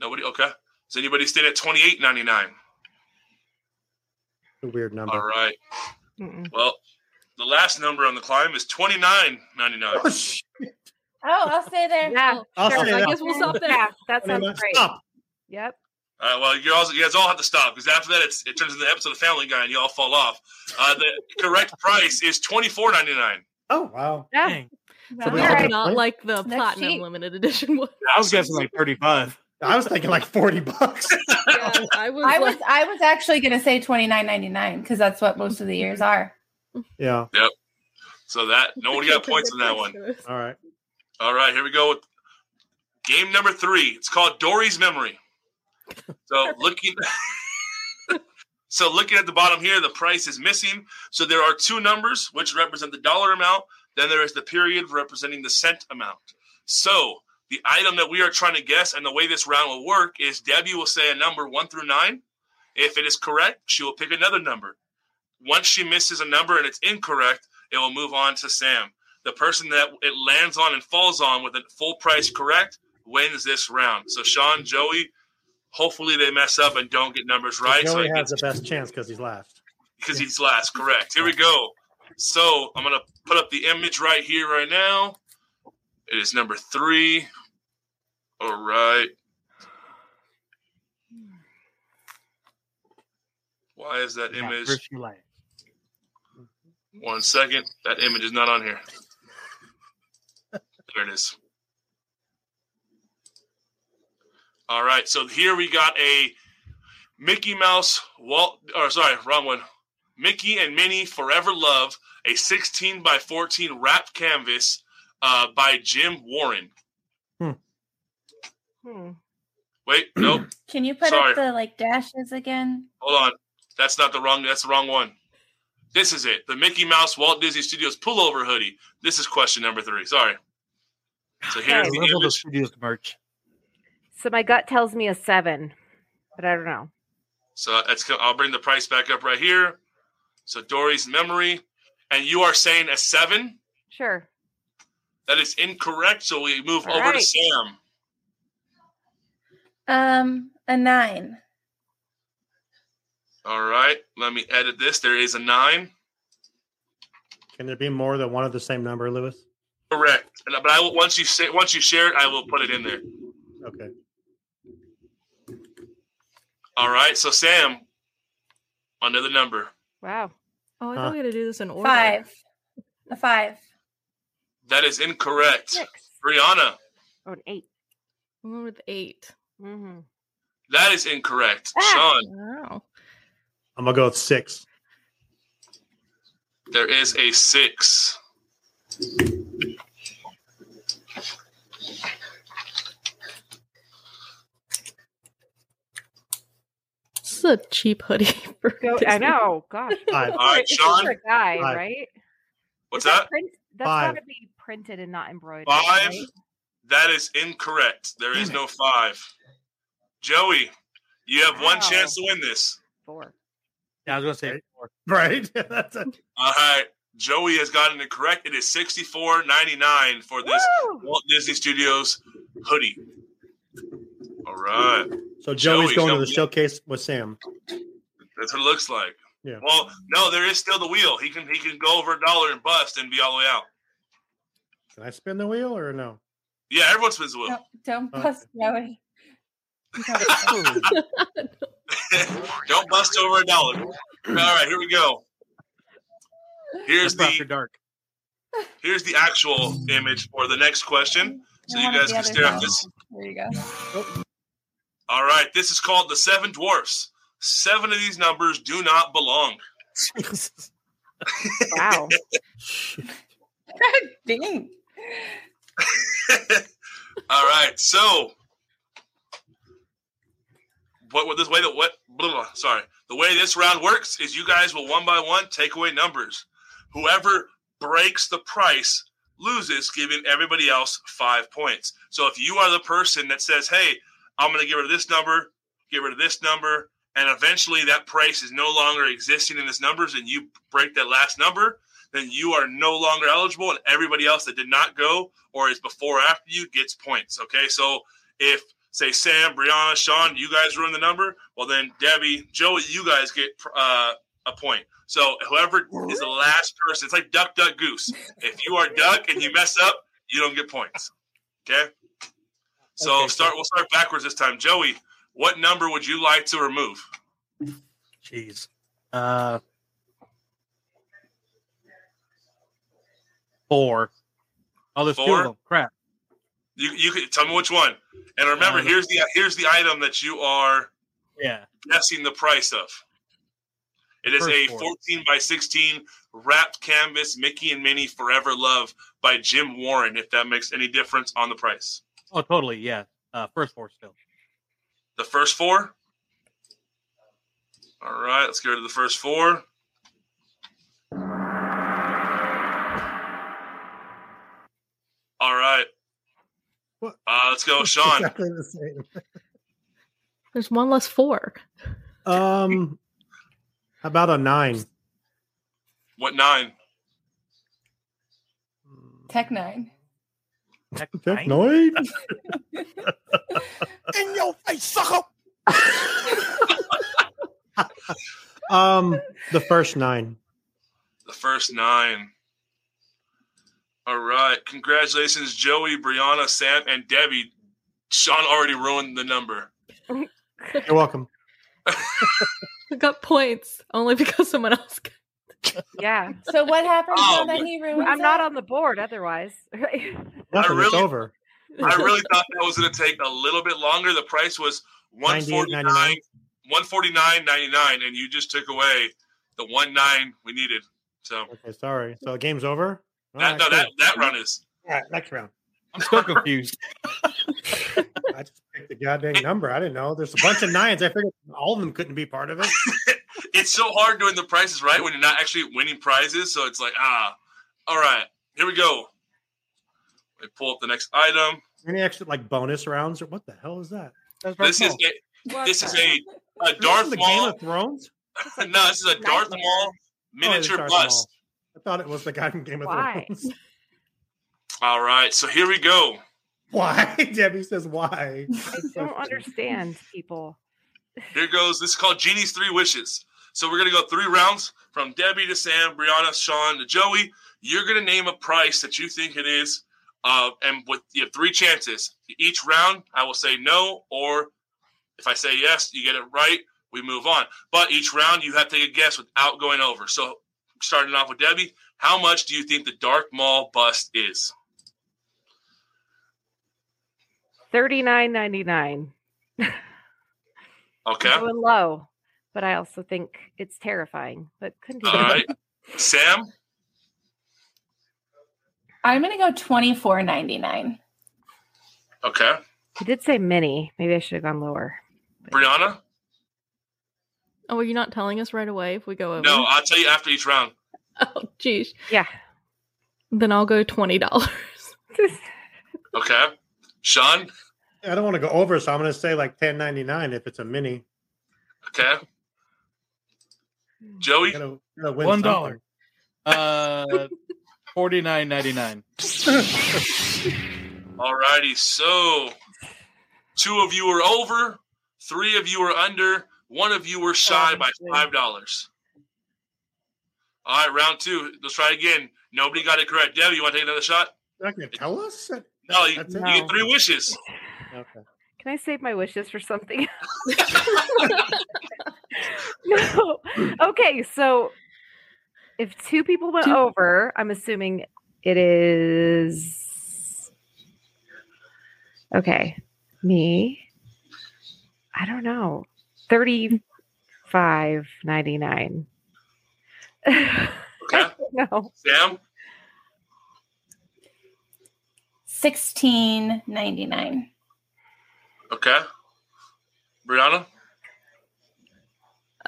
Nobody. Okay. Is anybody staying at twenty eight ninety nine?
A weird number.
All right. Well, the last number on the climb is twenty nine ninety nine.
Oh, I'll stay there.
Yeah,
I'll
sure.
stay
I
there.
guess
<laughs>
we'll stop there. Yeah, that
Well,
sounds
let's
great.
stop.
<laughs>
Yep.
All right, well, you all you guys all have to stop because after that it's, it turns into the episode of Family Guy and you all fall off. Uh, the correct price is twenty four ninety nine.
Oh wow.
Yeah.
So
we all
these are
get
not
points?
like the
Next
platinum
sheet.
limited edition <laughs> one.
I was guessing like thirty five.
I was thinking like forty bucks.
I was,
I was, I was actually going to say twenty nine ninety nine because that's what most of the years
Hmm.
are.
Yeah.
Yep. So that no one got points in that one.
All right.
All right, here we go with game number three. It's called Dory's Memory. So looking <laughs> So looking at the bottom here, the price is missing. So there are two numbers which represent the dollar amount. Then there is the period representing the cent amount. So the item that we are trying to guess and the way this round will work is Debbie will say a number one through nine. If it is correct, she will pick another number. Once she misses a number and it's incorrect, it will move on to Sam. The person that it lands on and falls on with a full price correct wins this round. So Sean, Joey, hopefully they mess up and don't get numbers right. So
Joey
it
has the best chance because he's last.
because he's last. Correct. Here we go. So I'm gonna put up the image right here, right now. It is number three. All right. Why is that <laughs> image? One second. That image is not on here. There it is. All right. So here we got a Mickey Mouse, Walt, or sorry, wrong one. Mickey and Minnie Forever Love, a 16 by 14 wrap canvas uh, by Jim Warren.
Hmm.
Wait, nope.
Can you put
Sorry.
up the like dashes again?
Hold on. That's not the wrong. That's the wrong one. This is it. The Mickey Mouse Walt Disney Studios pullover hoodie. This is question number three. Sorry. So here's the
Rebel
image.
Studios merch.
So my gut tells me a seven, but I don't know.
So that's. I'll bring the price back up right here. So Dory's memory, and you are saying a seven.
Sure.
That is incorrect. So we move
All
over to
right.
Sam.
Um, a nine.
All right. Let me edit this. There is a nine.
Can there be more than one of the same number, Lewis?
Correct. And but I will once you say once you share it, I will put it in there.
Okay.
All right. So Sam, another number.
Wow.
Oh, I
Huh.
thought we had to do this in order.
Five. A five.
That is incorrect. Brianna,
Oh, an eight.
One with eight.
Mm-hmm.
that is incorrect.
Ah.
Sean,
Wow.
I'm gonna go with six.
there is a six.
This is a cheap hoodie. <laughs> For
Go, I
<laughs>
Disney.
know. Gosh.
Five. All
It's
right,
for- it's
Sean.
for a guy,
Five.
right?
What's
Is
that?
print- That's
Five.
got to be printed and not embroidered.
Five.
right?
That is incorrect. There is no five. Joey, you have one chance to win this.
Four.
Yeah, I was gonna say four.
Right. That's a-
All right. Joey has gotten it correct. It is sixty four ninety nine for this Walt Disney Studios hoodie. All right.
So Joey's
Joey,
going to
Joey.
the showcase with Sam.
That's what it looks like.
Yeah.
Well, no, there is still the wheel. He can he can go over a dollar and bust and be all the way out.
Can I spin the wheel or no?
Yeah, everyone spins the wheel.
Don't, don't
uh,
Okay.
bust
<laughs>
Joey.
Don't bust over a dollar. All right, here we go. Here's the Here's the actual image for the next question, so
Don't
you
wanna
guys
be
can
other
stare at
guy.
this.
There you go.
All right, this is called the Seven Dwarfs. Seven of these numbers do not belong.
Wow.
<laughs>
<laughs>
Dang.
All right, so what what this way that what blah, blah, sorry the way this round works is you guys will one by one take away numbers. Whoever breaks the price loses, giving everybody else five points. So if you are the person that says, "Hey, I'm going to get rid of this number, get rid of this number," and eventually that price is no longer existing in this numbers, and you break that last number, then you are no longer eligible, and everybody else that did not go or is before or after you gets points. Okay, so if say Sam, Brianna, Sean, you guys ruin the number, well then Debbie, Joey, you guys get uh, a point. So whoever is the last person, it's like duck, duck, goose. If you are duck and you mess up, you don't get points. Okay. So start. We'll start backwards this time. Joey, what number would you like to remove?
Jeez. Uh, four. Oh, there's two
Four?
of them. Crap.
You you can tell me which one. And remember, here's the here's the item that you are
Yeah.
guessing the price of. It is
First
a
four.
14 by 16 wrapped canvas Mickey and Minnie Forever Love by Jim Warren, if that makes any difference on the price.
Oh, totally. Yeah. Uh, first four still.
The first four. All right, let's get rid of the first four. All right. Uh, let's go, Sean.
Exactly the same.
There's one less four.
Um, how about a nine?
What nine?
Tech nine.
Technoid.
In your face, sucker!
<laughs> Um, the first nine.
The first nine. All right. Congratulations, Joey, Brianna, Sam, and Debbie. Sean already ruined the number.
You're welcome.
I <laughs> got points only because someone else <laughs> got
Yeah.
So what happens
Oh,
now that he ruins
I'm not
it?
on the board otherwise. <laughs> Right?
Nothing.
really-
it's over. <laughs>
I really thought that was going to take a little bit longer. The price was 149
98.99.
149.99 and you just took away the one nine we needed. So
Okay, sorry. So game's over. All
that,
right,
no, that
cool.
that run is
All right, next round.
I'm still
<laughs>
confused.
I just picked the goddamn number. I didn't know. There's a bunch of nines. I figured all of them couldn't be part of it.
it's so hard doing the prices right when you're not actually winning prizes. So it's like ah, all right, here we go. Let me pull up the next item.
Any extra like bonus rounds or what the hell is that? That's
This is a, this is a, a
Darth
Darth
the Game
Maul.
of Oh, Thrones.
<laughs> no, this is a Darth Maul Miniature
Sorry,
bust.
I thought it was the guy from Game of
Why?
Thrones. <laughs>
All right, so here we go.
Why? Debbie says why.
I don't understand people.
Here goes. This is called Genie's Three Wishes. So we're gonna go three rounds from Debbie to Sam, Brianna, Sean to Joey. You're gonna name a price that you think it is, uh, and with you have three chances. Each round, I will say no, or if I say yes, you get it right. We move on. But each round, you have to take a guess without going over. So starting off with Debbie, how much do you think the Dark Mall bust is?
Thirty nine ninety nine.
Okay.
Going low, but I also think it's terrifying. But continue.
All right, Sam.
I'm going to go twenty four ninety nine.
Okay,
I did say mini. Maybe I should have gone lower.
Brianna.
Oh, are you not telling us right away if we go over?
No, I'll tell you after each round.
<laughs> Oh, jeez.
Yeah.
Then I'll go twenty dollars.
Okay, Sean.
I don't want to go over, so I'm going to say like 10.99 if it's a mini.
Okay. Joey,
win
one
something.
dollar. Uh, forty nine ninety nine.
Alrighty, so two of you are over, three of you are under, one of you were shy by five dollars. All right, round two. Let's try again. Nobody got it correct. Debbie, you want to take another shot?
They're not going to tell us?
No, you,
That's
you
it?
get three wishes.
Okay.
Can I save my wishes for <laughs> something? no. Okay, so if two people went over, I'm assuming it is okay. Me, I don't know, thirty five ninety nine.
Okay.
No,
Sam,
Sixteen ninety nine.
okay. Brianna,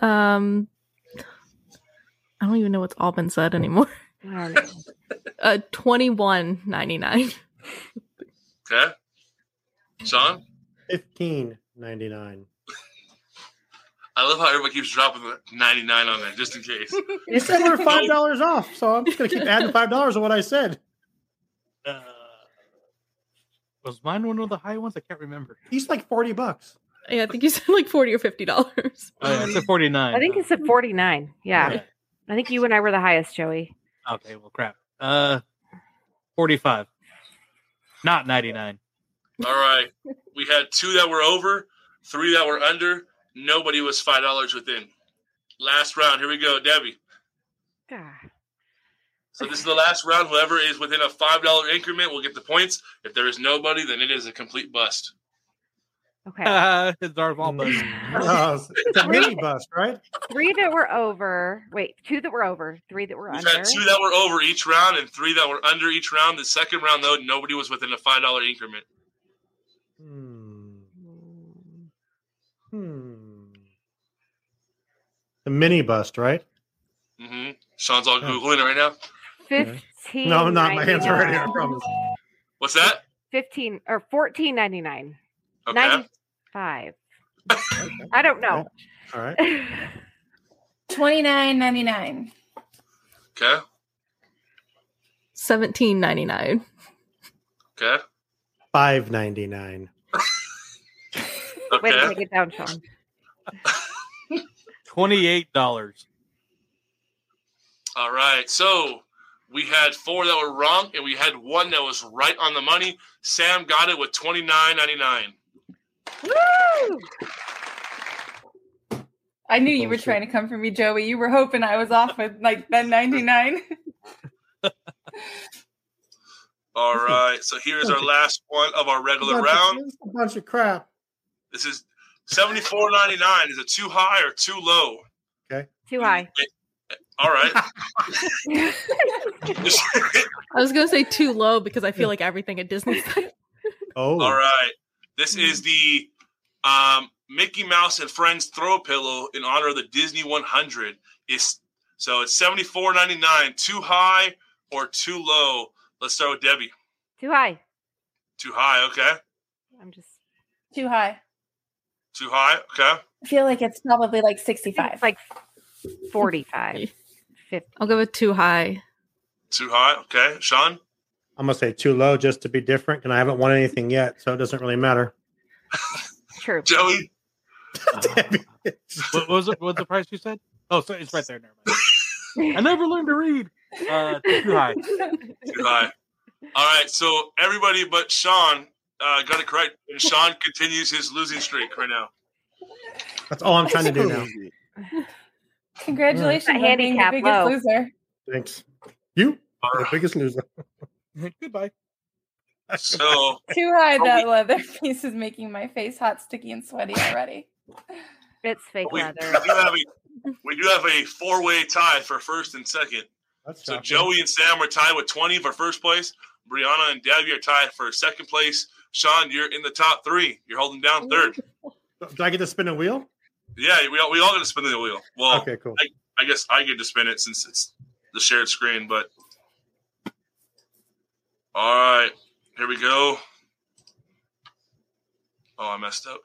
Um, I don't even know what's all been said anymore. <laughs>
I don't know.
Uh, twenty one ninety nine.
okay. Sean,
15.99.
I love how everybody keeps dropping the 99 on that just in case.
You said we're five dollars off, so I'm just going to keep adding five dollars on what I said.
Was mine one of the high ones? I can't remember.
He's like forty bucks.
Yeah, I think you said like forty or fifty dollars.
Oh, yeah, it's a forty nine.
I think it's a forty nine. Yeah.
Yeah.
I think you and I were the highest, Joey.
Okay, well, crap. Uh, forty-five, not ninety-nine.
All right. We had two that were over, three that were under. Nobody was five dollars within. Last round. Here we go, Debbie.
God.
So this is the last round. Whoever is within a five dollar increment will get the points. If there is nobody, then it is a complete bust.
Okay.
Uh, <laughs> it's our ball bust.
<laughs> Oh, it's a mini bus, right?
three that were over. Wait, two that were over, three that were
We've
under.
had two that were over each round and three that were under each round. The second round, though, nobody was within a five dollar increment.
Hmm. The mini bust, right?
hmm Sean's all googling it right now.
Fifteen.
No, not my hands are right here. I promise.
What's that?
Fifteen or fourteen ninety nine.
Okay.
Ninety five. I don't know.
All right.
Twenty nine ninety nine.
Okay.
Seventeen ninety nine.
Okay.
Five ninety nine.
Wait,
Okay.
take it down, Sean.
Twenty-eight dollars.
All right. So we had four that were wrong, and we had one that was right on the money. Sam got it with twenty nine ninety nine.
Woo!
I knew
Oh,
you were trying to come for me, Joey. You were hoping I was off with like that ninety nine.
All right. So here's our last one of our regular round.
It's a bunch of crap.
This is seventy four ninety nine. Is it too high or too low?
Too
<laughs>
high.
All right.
I was gonna say too low because I feel like everything at Disney.
Oh,
All right. This is the um, Mickey Mouse and Friends throw pillow in honor of the Disney 100. Is so it's seventy four ninety nine. Too high or too low? Let's start with Debbie.
Too high.
Too high. Okay.
I'm just
Too high.
Too high. Okay.
I feel like it's probably like
I
sixty
think
five.
<laughs>
it's like forty five. 50.
I'll go with too high.
Too high. Okay, Sean.
I'm gonna say too low just to be different, and I haven't won anything yet, so it doesn't really matter. <laughs>
True.
Joey.
what, what was it? What was the price you said? Oh, so it's right there. Never mind. I never learned to read.
<laughs>
Uh, too high.
Too high. All right, so everybody but Sean uh, got it correct. And Sean continues his losing streak right now.
That's all I'm trying to do now.
<laughs> Congratulations
That
on being the
handicap
biggest
low.
loser.
Thanks. You are the biggest loser.
<laughs> Goodbye.
So
Too
<laughs>
high that leather piece is making my face hot, sticky, and sweaty already.
It's fake
we do have a we do have a four way tie for first and second. so Joey and Sam are tied with twenty for first place. Brianna and Debbie are tied for second place. Sean, you're in the top three. You're holding down third.
<laughs> Do I get to spin a wheel?
Yeah, we all, we all got to spin the wheel. Well,
Okay, cool.
I, I guess I get to spin it since it's the shared screen. But all right, here we go. Oh, I messed up.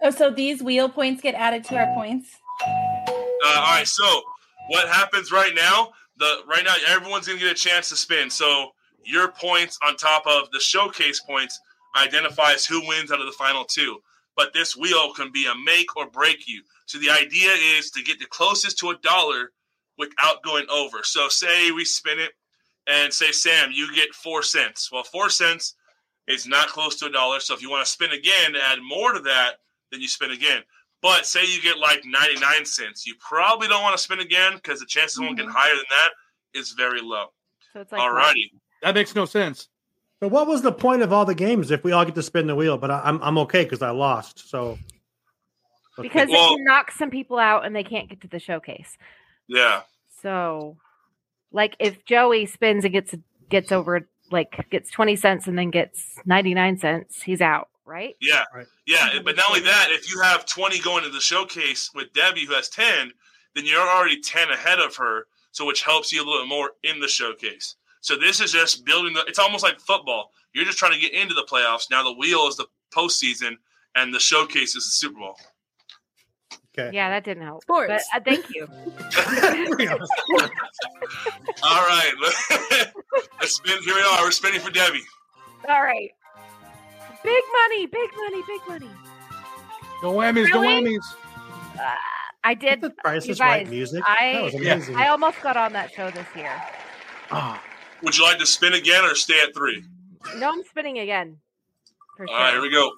Oh, so these wheel points get added to
Oh.
our points.
Uh, all right. So what happens right now? The right now everyone's gonna get a chance to spin. So your points on top of the showcase points identifies who wins out of the final two. But this wheel can be a make or break you. So the idea is to get the closest to a dollar without going over. So say we spin it and say Sam, you get four cents. Well, four cents is not close to a dollar. So if you want to spin again to add more to that, then you spin again. But say you get like 99 cents, you probably don't want to spin again because the chances of one getting higher than that is very low.
So it's
Alrighty.
That makes no sense.
But what was the point of all the games if we all get to spin the wheel? But I, I'm I'm okay because I lost. So
because
Well-
it can knock some people out and they can't get to the showcase.
Yeah.
So, like, if Joey spins and gets gets over like gets twenty cents and then gets ninety nine cents, he's out, right?
Yeah. Yeah. But not only that, if you have 20 going to the showcase with Debbie, who has 10, then you're already 10 ahead of her. So, which helps you a little bit more in the showcase. So, this is just building the, it's almost like football. You're just trying to get into the playoffs. Now, the wheel is the postseason and the showcase is the Super Bowl.
Yeah, that didn't help.
Sports.
But, uh, thank you. <laughs>
All right. <laughs> Let's spin. Here we are. We're spinning for Debbie.
All right. Big money, big money, big money.
No whammies. No
Really?
whammies.
Uh, I did.
Price
you
is Right
guys,
music.
I
That was amazing.
I almost got on that show this year.
Would you like to spin again or stay at three?
No, I'm spinning again. For
All right, here we go.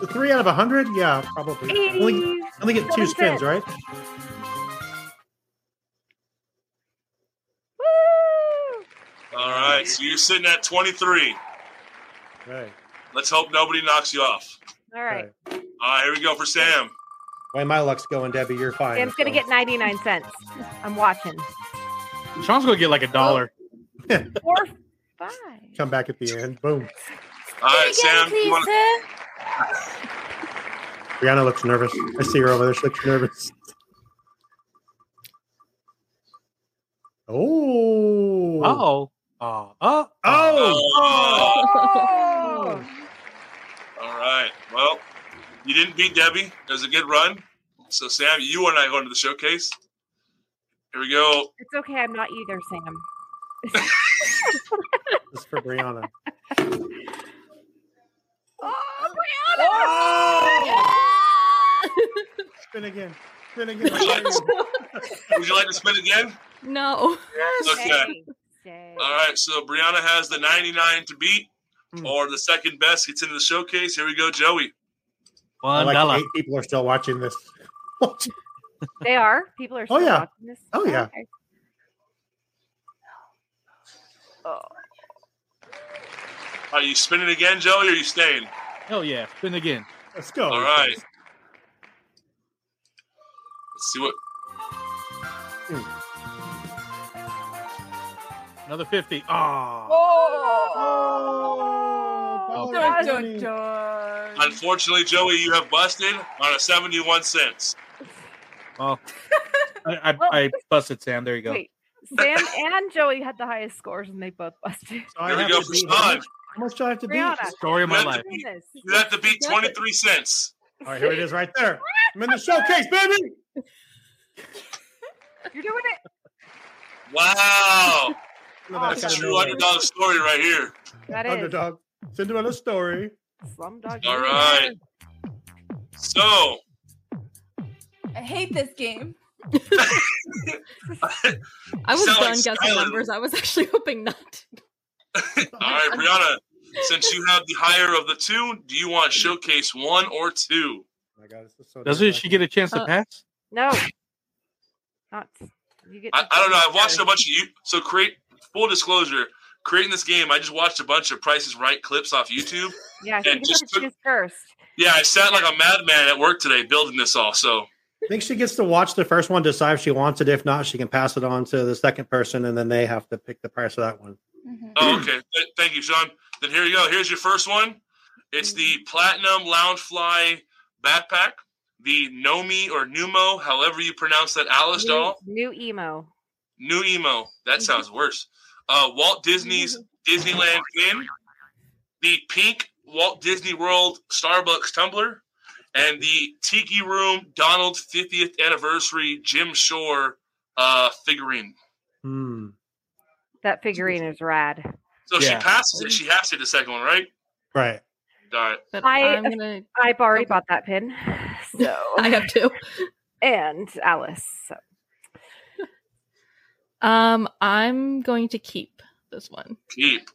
The three out of a hundred, yeah, probably. I only, I only get two spins, right?
All right, so you're sitting at 23.
Right.
Let's hope nobody knocks you off.
All right.
All right, here we go for Sam.
Way my luck's going, Debbie. You're fine.
Sam's gonna get 99 cents. I'm watching.
Sean's gonna get like a dollar.
Four,
Come back at the end. Boom.
All right, Sam. you wanna-
Brianna looks nervous. I see her over there. She looks nervous. Oh.
Oh. Oh. Oh.
<laughs>
Oh. All right. Well, you didn't beat Debbie. It was a good run. So, Sam, you are not going to the showcase. Here we go.
It's okay. I'm not either, Sam.
This is for Brianna.
Oh,
Oh.
Spin again.
<laughs>
Spin again.
Would you like to spin again?
No.
Okay. All right. So, Brianna has the 99 to beat,
Mm.
or the second best gets into the showcase. Here we go, Joey.
I like
dollar.
Eight people are still watching this. <laughs>
They are. People are still
yeah.
watching this.
Oh, yeah.
Okay. Oh.
Are you spinning again, Joey, or are you staying?
Hell yeah. Spin again.
Let's go.
All right. Let's see what.
Another 50. Ah.
Oh.
Oh.
Dun,
dun,
Unfortunately, Joey, you have busted on a 71 cents.
Oh. I, I, I busted Sam. There you go.
Wait. Sam and Joey had the highest scores, and they both
<laughs>
busted.
I have to beat- How much- how much do I have to beat?
Brianna,
Story of my
You have
life.
to beat- you have to beat 23 cents.
All right, here it is right there. I'm in the showcase, baby.
You're doing it.
Wow.
back
That's a
out of
true
nowhere.
underdog story right here.
That is.
Underdog. Cinderella story.
Slumdog.
All right. So
I hate this
<laughs>
game.
I was
Sound
done
like
guessing
Skylar.
numbers. I was actually <laughs> hoping not.
All right, Brianna, since you have the higher of the two, do you want to showcase one or two?
Doesn't she get a chance to
Uh,
pass?
No. Not. You get
I, I don't know. I've watched a bunch of you. So create full disclosure. Creating this game, I just watched a bunch of Prices Right clips off YouTube.
Yeah, I think
And
you
just
have to choose first.
Yeah, I sat like a madman at work today building this all. So
I think she gets to watch the first one, decide if she wants it. If not, she can pass it on to the second person, and then they have to pick the price of that one.
Mm-hmm.
Oh, okay. Th- Thank you, Sean. Then here you go. Here's your first one. It's the
Mm-hmm.
Platinum Loungefly backpack, the Nomi or Numo, however you pronounce that Alice
New,
doll.
new emo.
New emo.
Mm-hmm.
That sounds worse. Uh, Walt Disney's Disneyland pin, the pink Walt Disney World Starbucks tumbler, and the Tiki Room Donald's 50th anniversary Jim Shore uh, figurine.
Hmm.
That figurine is rad.
So
Yeah.
she passes it. She has to do the second one, right?
Right.
All right.
I
I'm gonna-
I've already bought that
<laughs>
pin. So
I have two.
And Alice.
<laughs>
So.
Um, I'm going to keep this one.
Keep.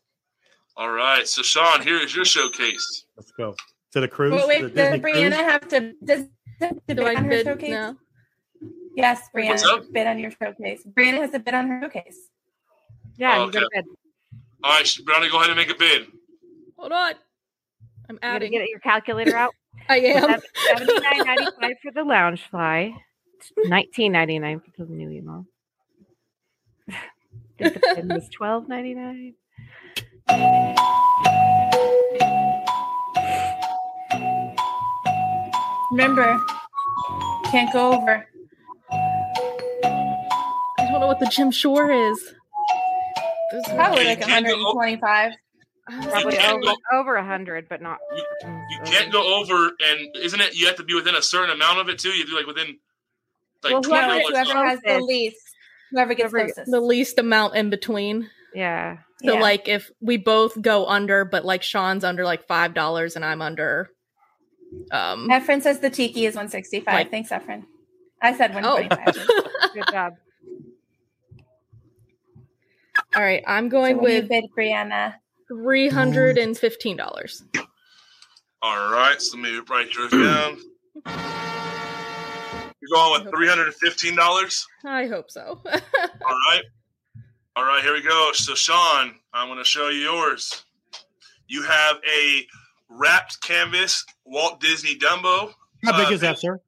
All right. So, Sean, here is your showcase.
Let's go to the cruise.
But
to the
wait,
Disney
does
cruise?
Brianna have to does, does the
Do I
bid on her
bid
showcase?
now?
Yes, Brianna
What's
has
up?
to bid on your showcase. Brianna has a bid on her showcase.
Yeah,
you got a All right, Sh- Brownie, go ahead and make a bid.
Hold on. I'm
You gotta
adding.
get your calculator out.
<laughs> I am.
Seventy nine ninety five for the lounge fly. Nineteen ninety nine for the new emo. <laughs> I think the pin was twelve ninety nine.
Remember, can't go over.
I don't know what the Jim Shore is. Those are-
Probably like 125.
Probably
can't
over over hundred, but not
You can't go over, and isn't it? You have to be within a certain amount of it too. You have to be like within like
Well,
twenty
whoever,
dollars.
whoever has the least, whoever gets closest.
the least amount in between.
Yeah.
So
Yeah.
like if we both go under, but like Sean's under like five dollars and I'm under um
Efren says the tiki is 165.
Like- Oh,
Thanks, Efren. I said 125.
good job.
<laughs> all right, I'm going
So what do you
with
bid Brianna.
three hundred and fifteen dollars.
All right, so let me write <clears throat> yours down. You're going with three hundred and fifteen
<laughs>
dollars.
I hope so. <laughs>
All right, all right. Here we go. So, Sean, I'm going to show you yours. You have a wrapped canvas Walt Disney Dumbo.
How
Uh,
big is that, sir?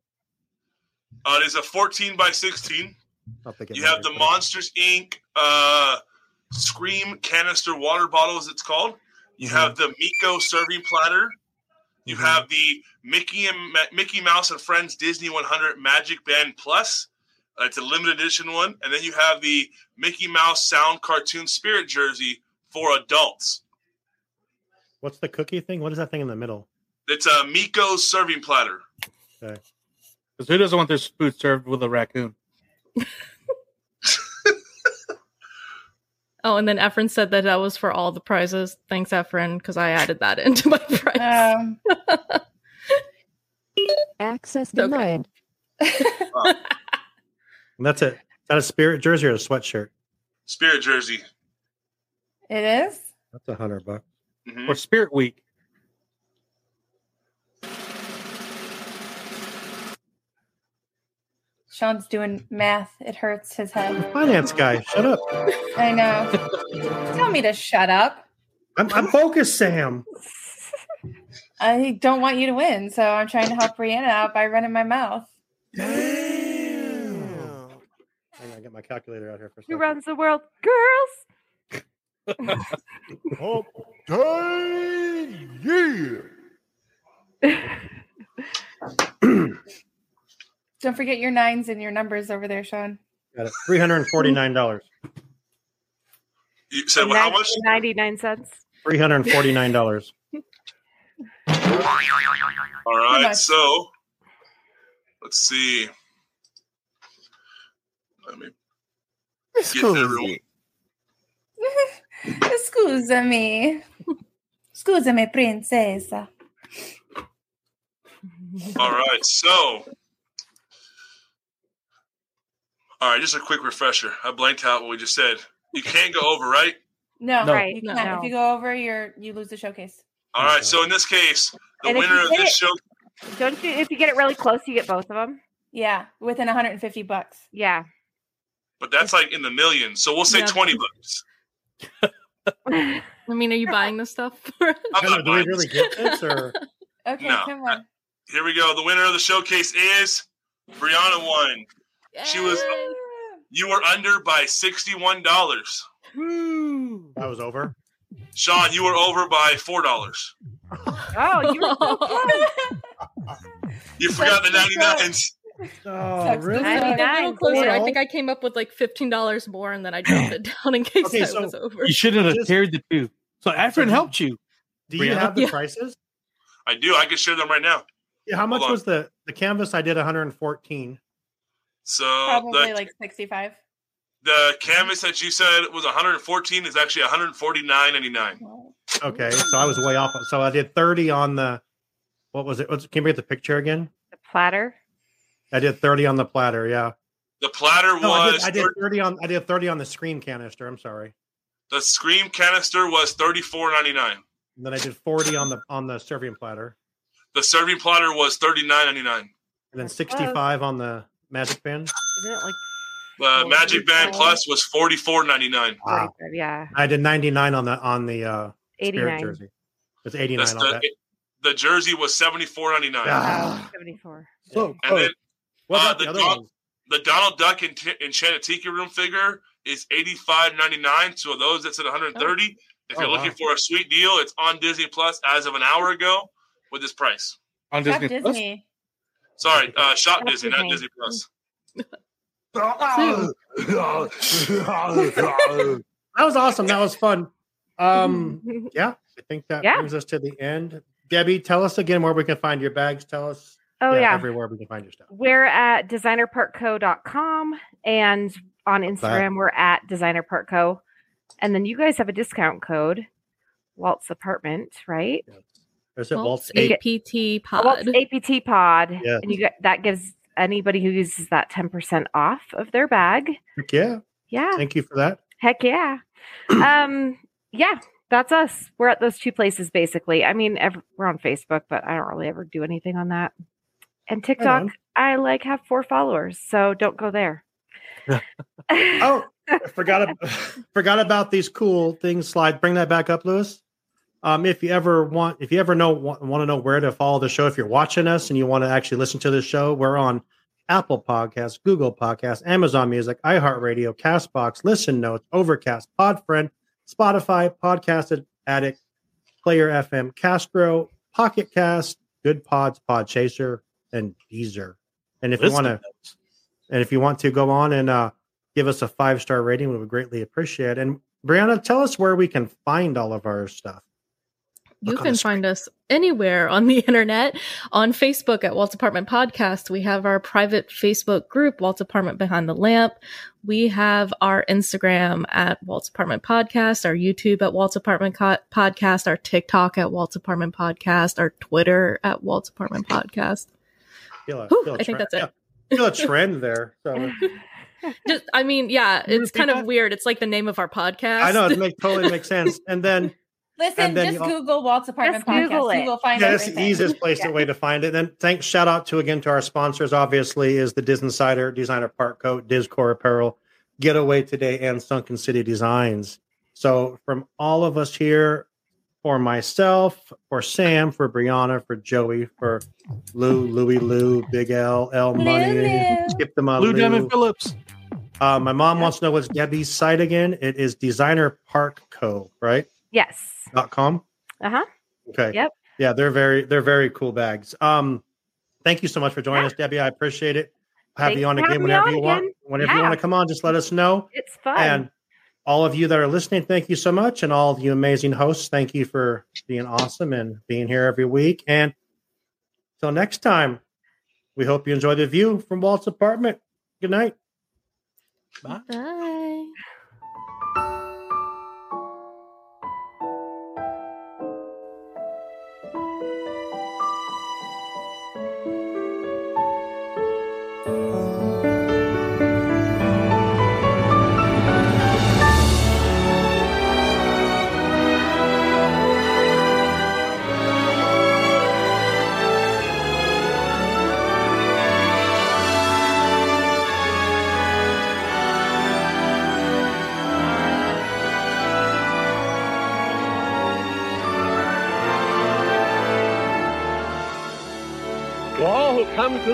Uh, it is a 14 by 16.
I'll pick it
You have the Monsters Inc. Uh, Scream canister water bottle, as it's called. You have the Miko serving platter. You have the Mickey and Ma- Mickey Mouse and Friends Disney 100 Magic Band Plus. Uh, it's a limited edition one, and then you have the Mickey Mouse Sound Cartoon Spirit Jersey for adults.
What's the cookie thing? What is that thing in the middle?
It's a Miko's serving platter.
Because who doesn't want their food served with a raccoon?
oh, and then Efren said that that was for all the prizes. Thanks, Efren, because I added that <laughs> into my prize.
Um,
Access denied.
And that's
<laughs>
it. Is that a spirit jersey or a sweatshirt?
Spirit Jersey.
it is?
That's a hundred bucks.
Mm-hmm.
Or Spirit Week.
Sean's doing math. It hurts his head.
Finance guy, shut up.
I know. Tell me to shut up.
I'm, I'm focused, Sam.
I don't want you to win, so I'm trying to help Brianna out by running my mouth.
Hang on, I get my calculator out here for a
Who
second.
runs the world? Girls. <laughs>
Okay, yeah.
Don't forget your nines and your numbers over there, Sean. <laughs>
Got it. Three hundred and forty-nine dollars.
You said well, <laughs> how much?
Ninety nine cents.
Three hundred and forty-nine dollars.
All
much?
right, so let's see. Let me Get everyone.
Scusami. Scusami, princesa.
All right, so. All right, just a quick refresher. I blanked out what we just said. You can't go over, right?
No,
No.
right. You cannot.
No.
If you go over, you're you lose the showcase.
All right, so in this case, the
And if
winner
you
of
hit
this
it-
show.
Don't you? If you get it really close, you get both of them.
Yeah, within 150 bucks.
Yeah.
But that's like in the millions. So we'll say
Yeah.
20 bucks.
I mean, are you buying this stuff?
I'm not buying this.
or?
Okay,
No.
come on.
<laughs> Here we go. The winner of the showcase is Brianna One. She was you were under by sixty-one dollars.
That was over.
Sean, you were over by four dollars.
<laughs> Oh, you were
<laughs>
so close.
You forgot the ninety-nines.
Oh,
Sucks.
really?
I, think I,
Nine,
closer. I
well.
think I came up with like fifteen dollars more, and then I dropped it down in case
Okay,
that
so
was over.
You shouldn't have carried the two. So Afrin helped you.
Do you have the prices?
I do. I can share them right now.
Yeah, how much
Hold on.
was the the canvas? I did 114.
So
Probably
the,
like 65.
the canvas that you said was one hundred fourteen is actually one hundred forty-nine ninety-nine.
Okay, so I was way off. So I did 30 on the what was it? What's, can we get the picture again?
The platter.
I did 30 on the platter. Yeah.
The platter
No, I did,
was
I did
thir-
30 on I did 30 on the screen canister. I'm sorry.
the scream canister was thirty-four ninety-nine.
And then I did 40 on the on the serving platter,
The serving platter was thirty-nine ninety-nine.
and then 65 on the magic band.
Isn't it like
The magic band plus was forty-four ninety-nine.
Wow.
yeah?
I did 99 on the on the uh, spirit
89.
jersey. It's 89
That's
on that.
the, the jersey was seventy four ninety nine.
Ah.
Seventy-four.
So
And then
What
uh,
about
the,
the other
Don-
ones?
the Donald Duck and Enchanted Tiki Room figure is eighty five ninety nine. So those that's at one hundred thirty. If
Oh,
you're
wow.
looking for a sweet deal, it's on Disney Plus as of an hour ago with this price.
On
Shop
Disney.
Disney.
Sorry, uh, shop
Shop
Disney, not
Disney.
Disney Plus.
That was awesome. That was fun.
<laughs>
Um, yeah, I think that
Yeah.
brings us to the end. Debbie, tell us again where we can find your bags. Tell us
Oh, yeah.
everywhere we can find your stuff.
We're at designerpartco.com and on Instagram we're at designerpartco. And then you guys have a discount code, Waltz Apartment, right?
Is it Waltz
Waltz
eight?
APT
Pod. Waltz APT Pod,
Yes.
and you get that gives anybody who uses that ten percent off of their bag.
Heck <laughs>
<laughs>
Yeah.
Yeah,
Thank you for that.
heck yeah, um, yeah. That's us. We're at those two places basically. I mean, ev- we're on Facebook, but I don't really ever do anything on that. And TikTok,
on.
I like have four followers, so don't go there.
Oh, I forgot
<laughs>
ab- <laughs> forgot about these cool things slide. Bring that back up, Lewis. Um, if you ever want, if you ever know want, want to know where to follow the show, if you're watching us and you want to actually listen to the show, we're on Apple Podcasts, Google Podcasts, Amazon Music, iHeartRadio, Castbox, Listen Notes, Overcast, Podfriend, Spotify, Podcast Addict, Player FM, Castro, Pocket Cast, Good Pods, Podchaser, and Deezer. And if you
Listen
want to, and if you want to go on and uh, give us a five star rating, we would greatly appreciate. it. And Brianna, tell us where we can find all of our stuff.
You
Look on
can
the
find us anywhere on the <laughs> internet. On Facebook at Walt's Apartment Podcast, we have our private Facebook group, Walt's Apartment Behind the Lamp. We have our Instagram at Walt's Apartment Podcast, our YouTube at Walt's Apartment Co- Podcast, our TikTok at Walt's Apartment Podcast, our Twitter at Walt's Apartment Podcast.
Feel a-
Whew,
feel a
I think
tre-
that's it.
yeah, feel a trend there.
<laughs>
So
Just, I mean, yeah, it's kind of weird. It's like the name of our podcast.
I know it make, totally
<laughs>
makes sense. And then
Listen,
And then
just
you-
Google Walt's apartment
Just
podcast.
Google it.
You will find
yeah, that's the
everything.
easiest place to way to find it. And thanks, shout out to again to our sponsors. Obviously, is the Diz Insider Designer Park Coat, Discord Apparel, Getaway Today, and Sunken City Designs. So from all of us here, for myself, for Sam, for Brianna, for Joey, for Lou, Louie, Lou, Big L, L Money, Skip the Money,
Blue Diamond Phillips.
Uh, my mom wants to know what's Debbie's site again. It is Designer Park Co. Right
Yes.
dot com.
Uh huh.
Okay.
Yep.
Yeah, they're very they're very cool bags. Um, thank you so much for joining us, Debbie. I appreciate it. I'll have
Thanks
you on
for
again
having me
whenever
on
you want.
again.
Whenever you
Yeah.
want to come on, just let us know.
It's fun.
And all of you that are listening, thank you so much. And all of you amazing hosts, thank you for being awesome and being here every week. And till next time, we hope you enjoy the view from Walt's apartment. Good night.
Bye.
To all who come to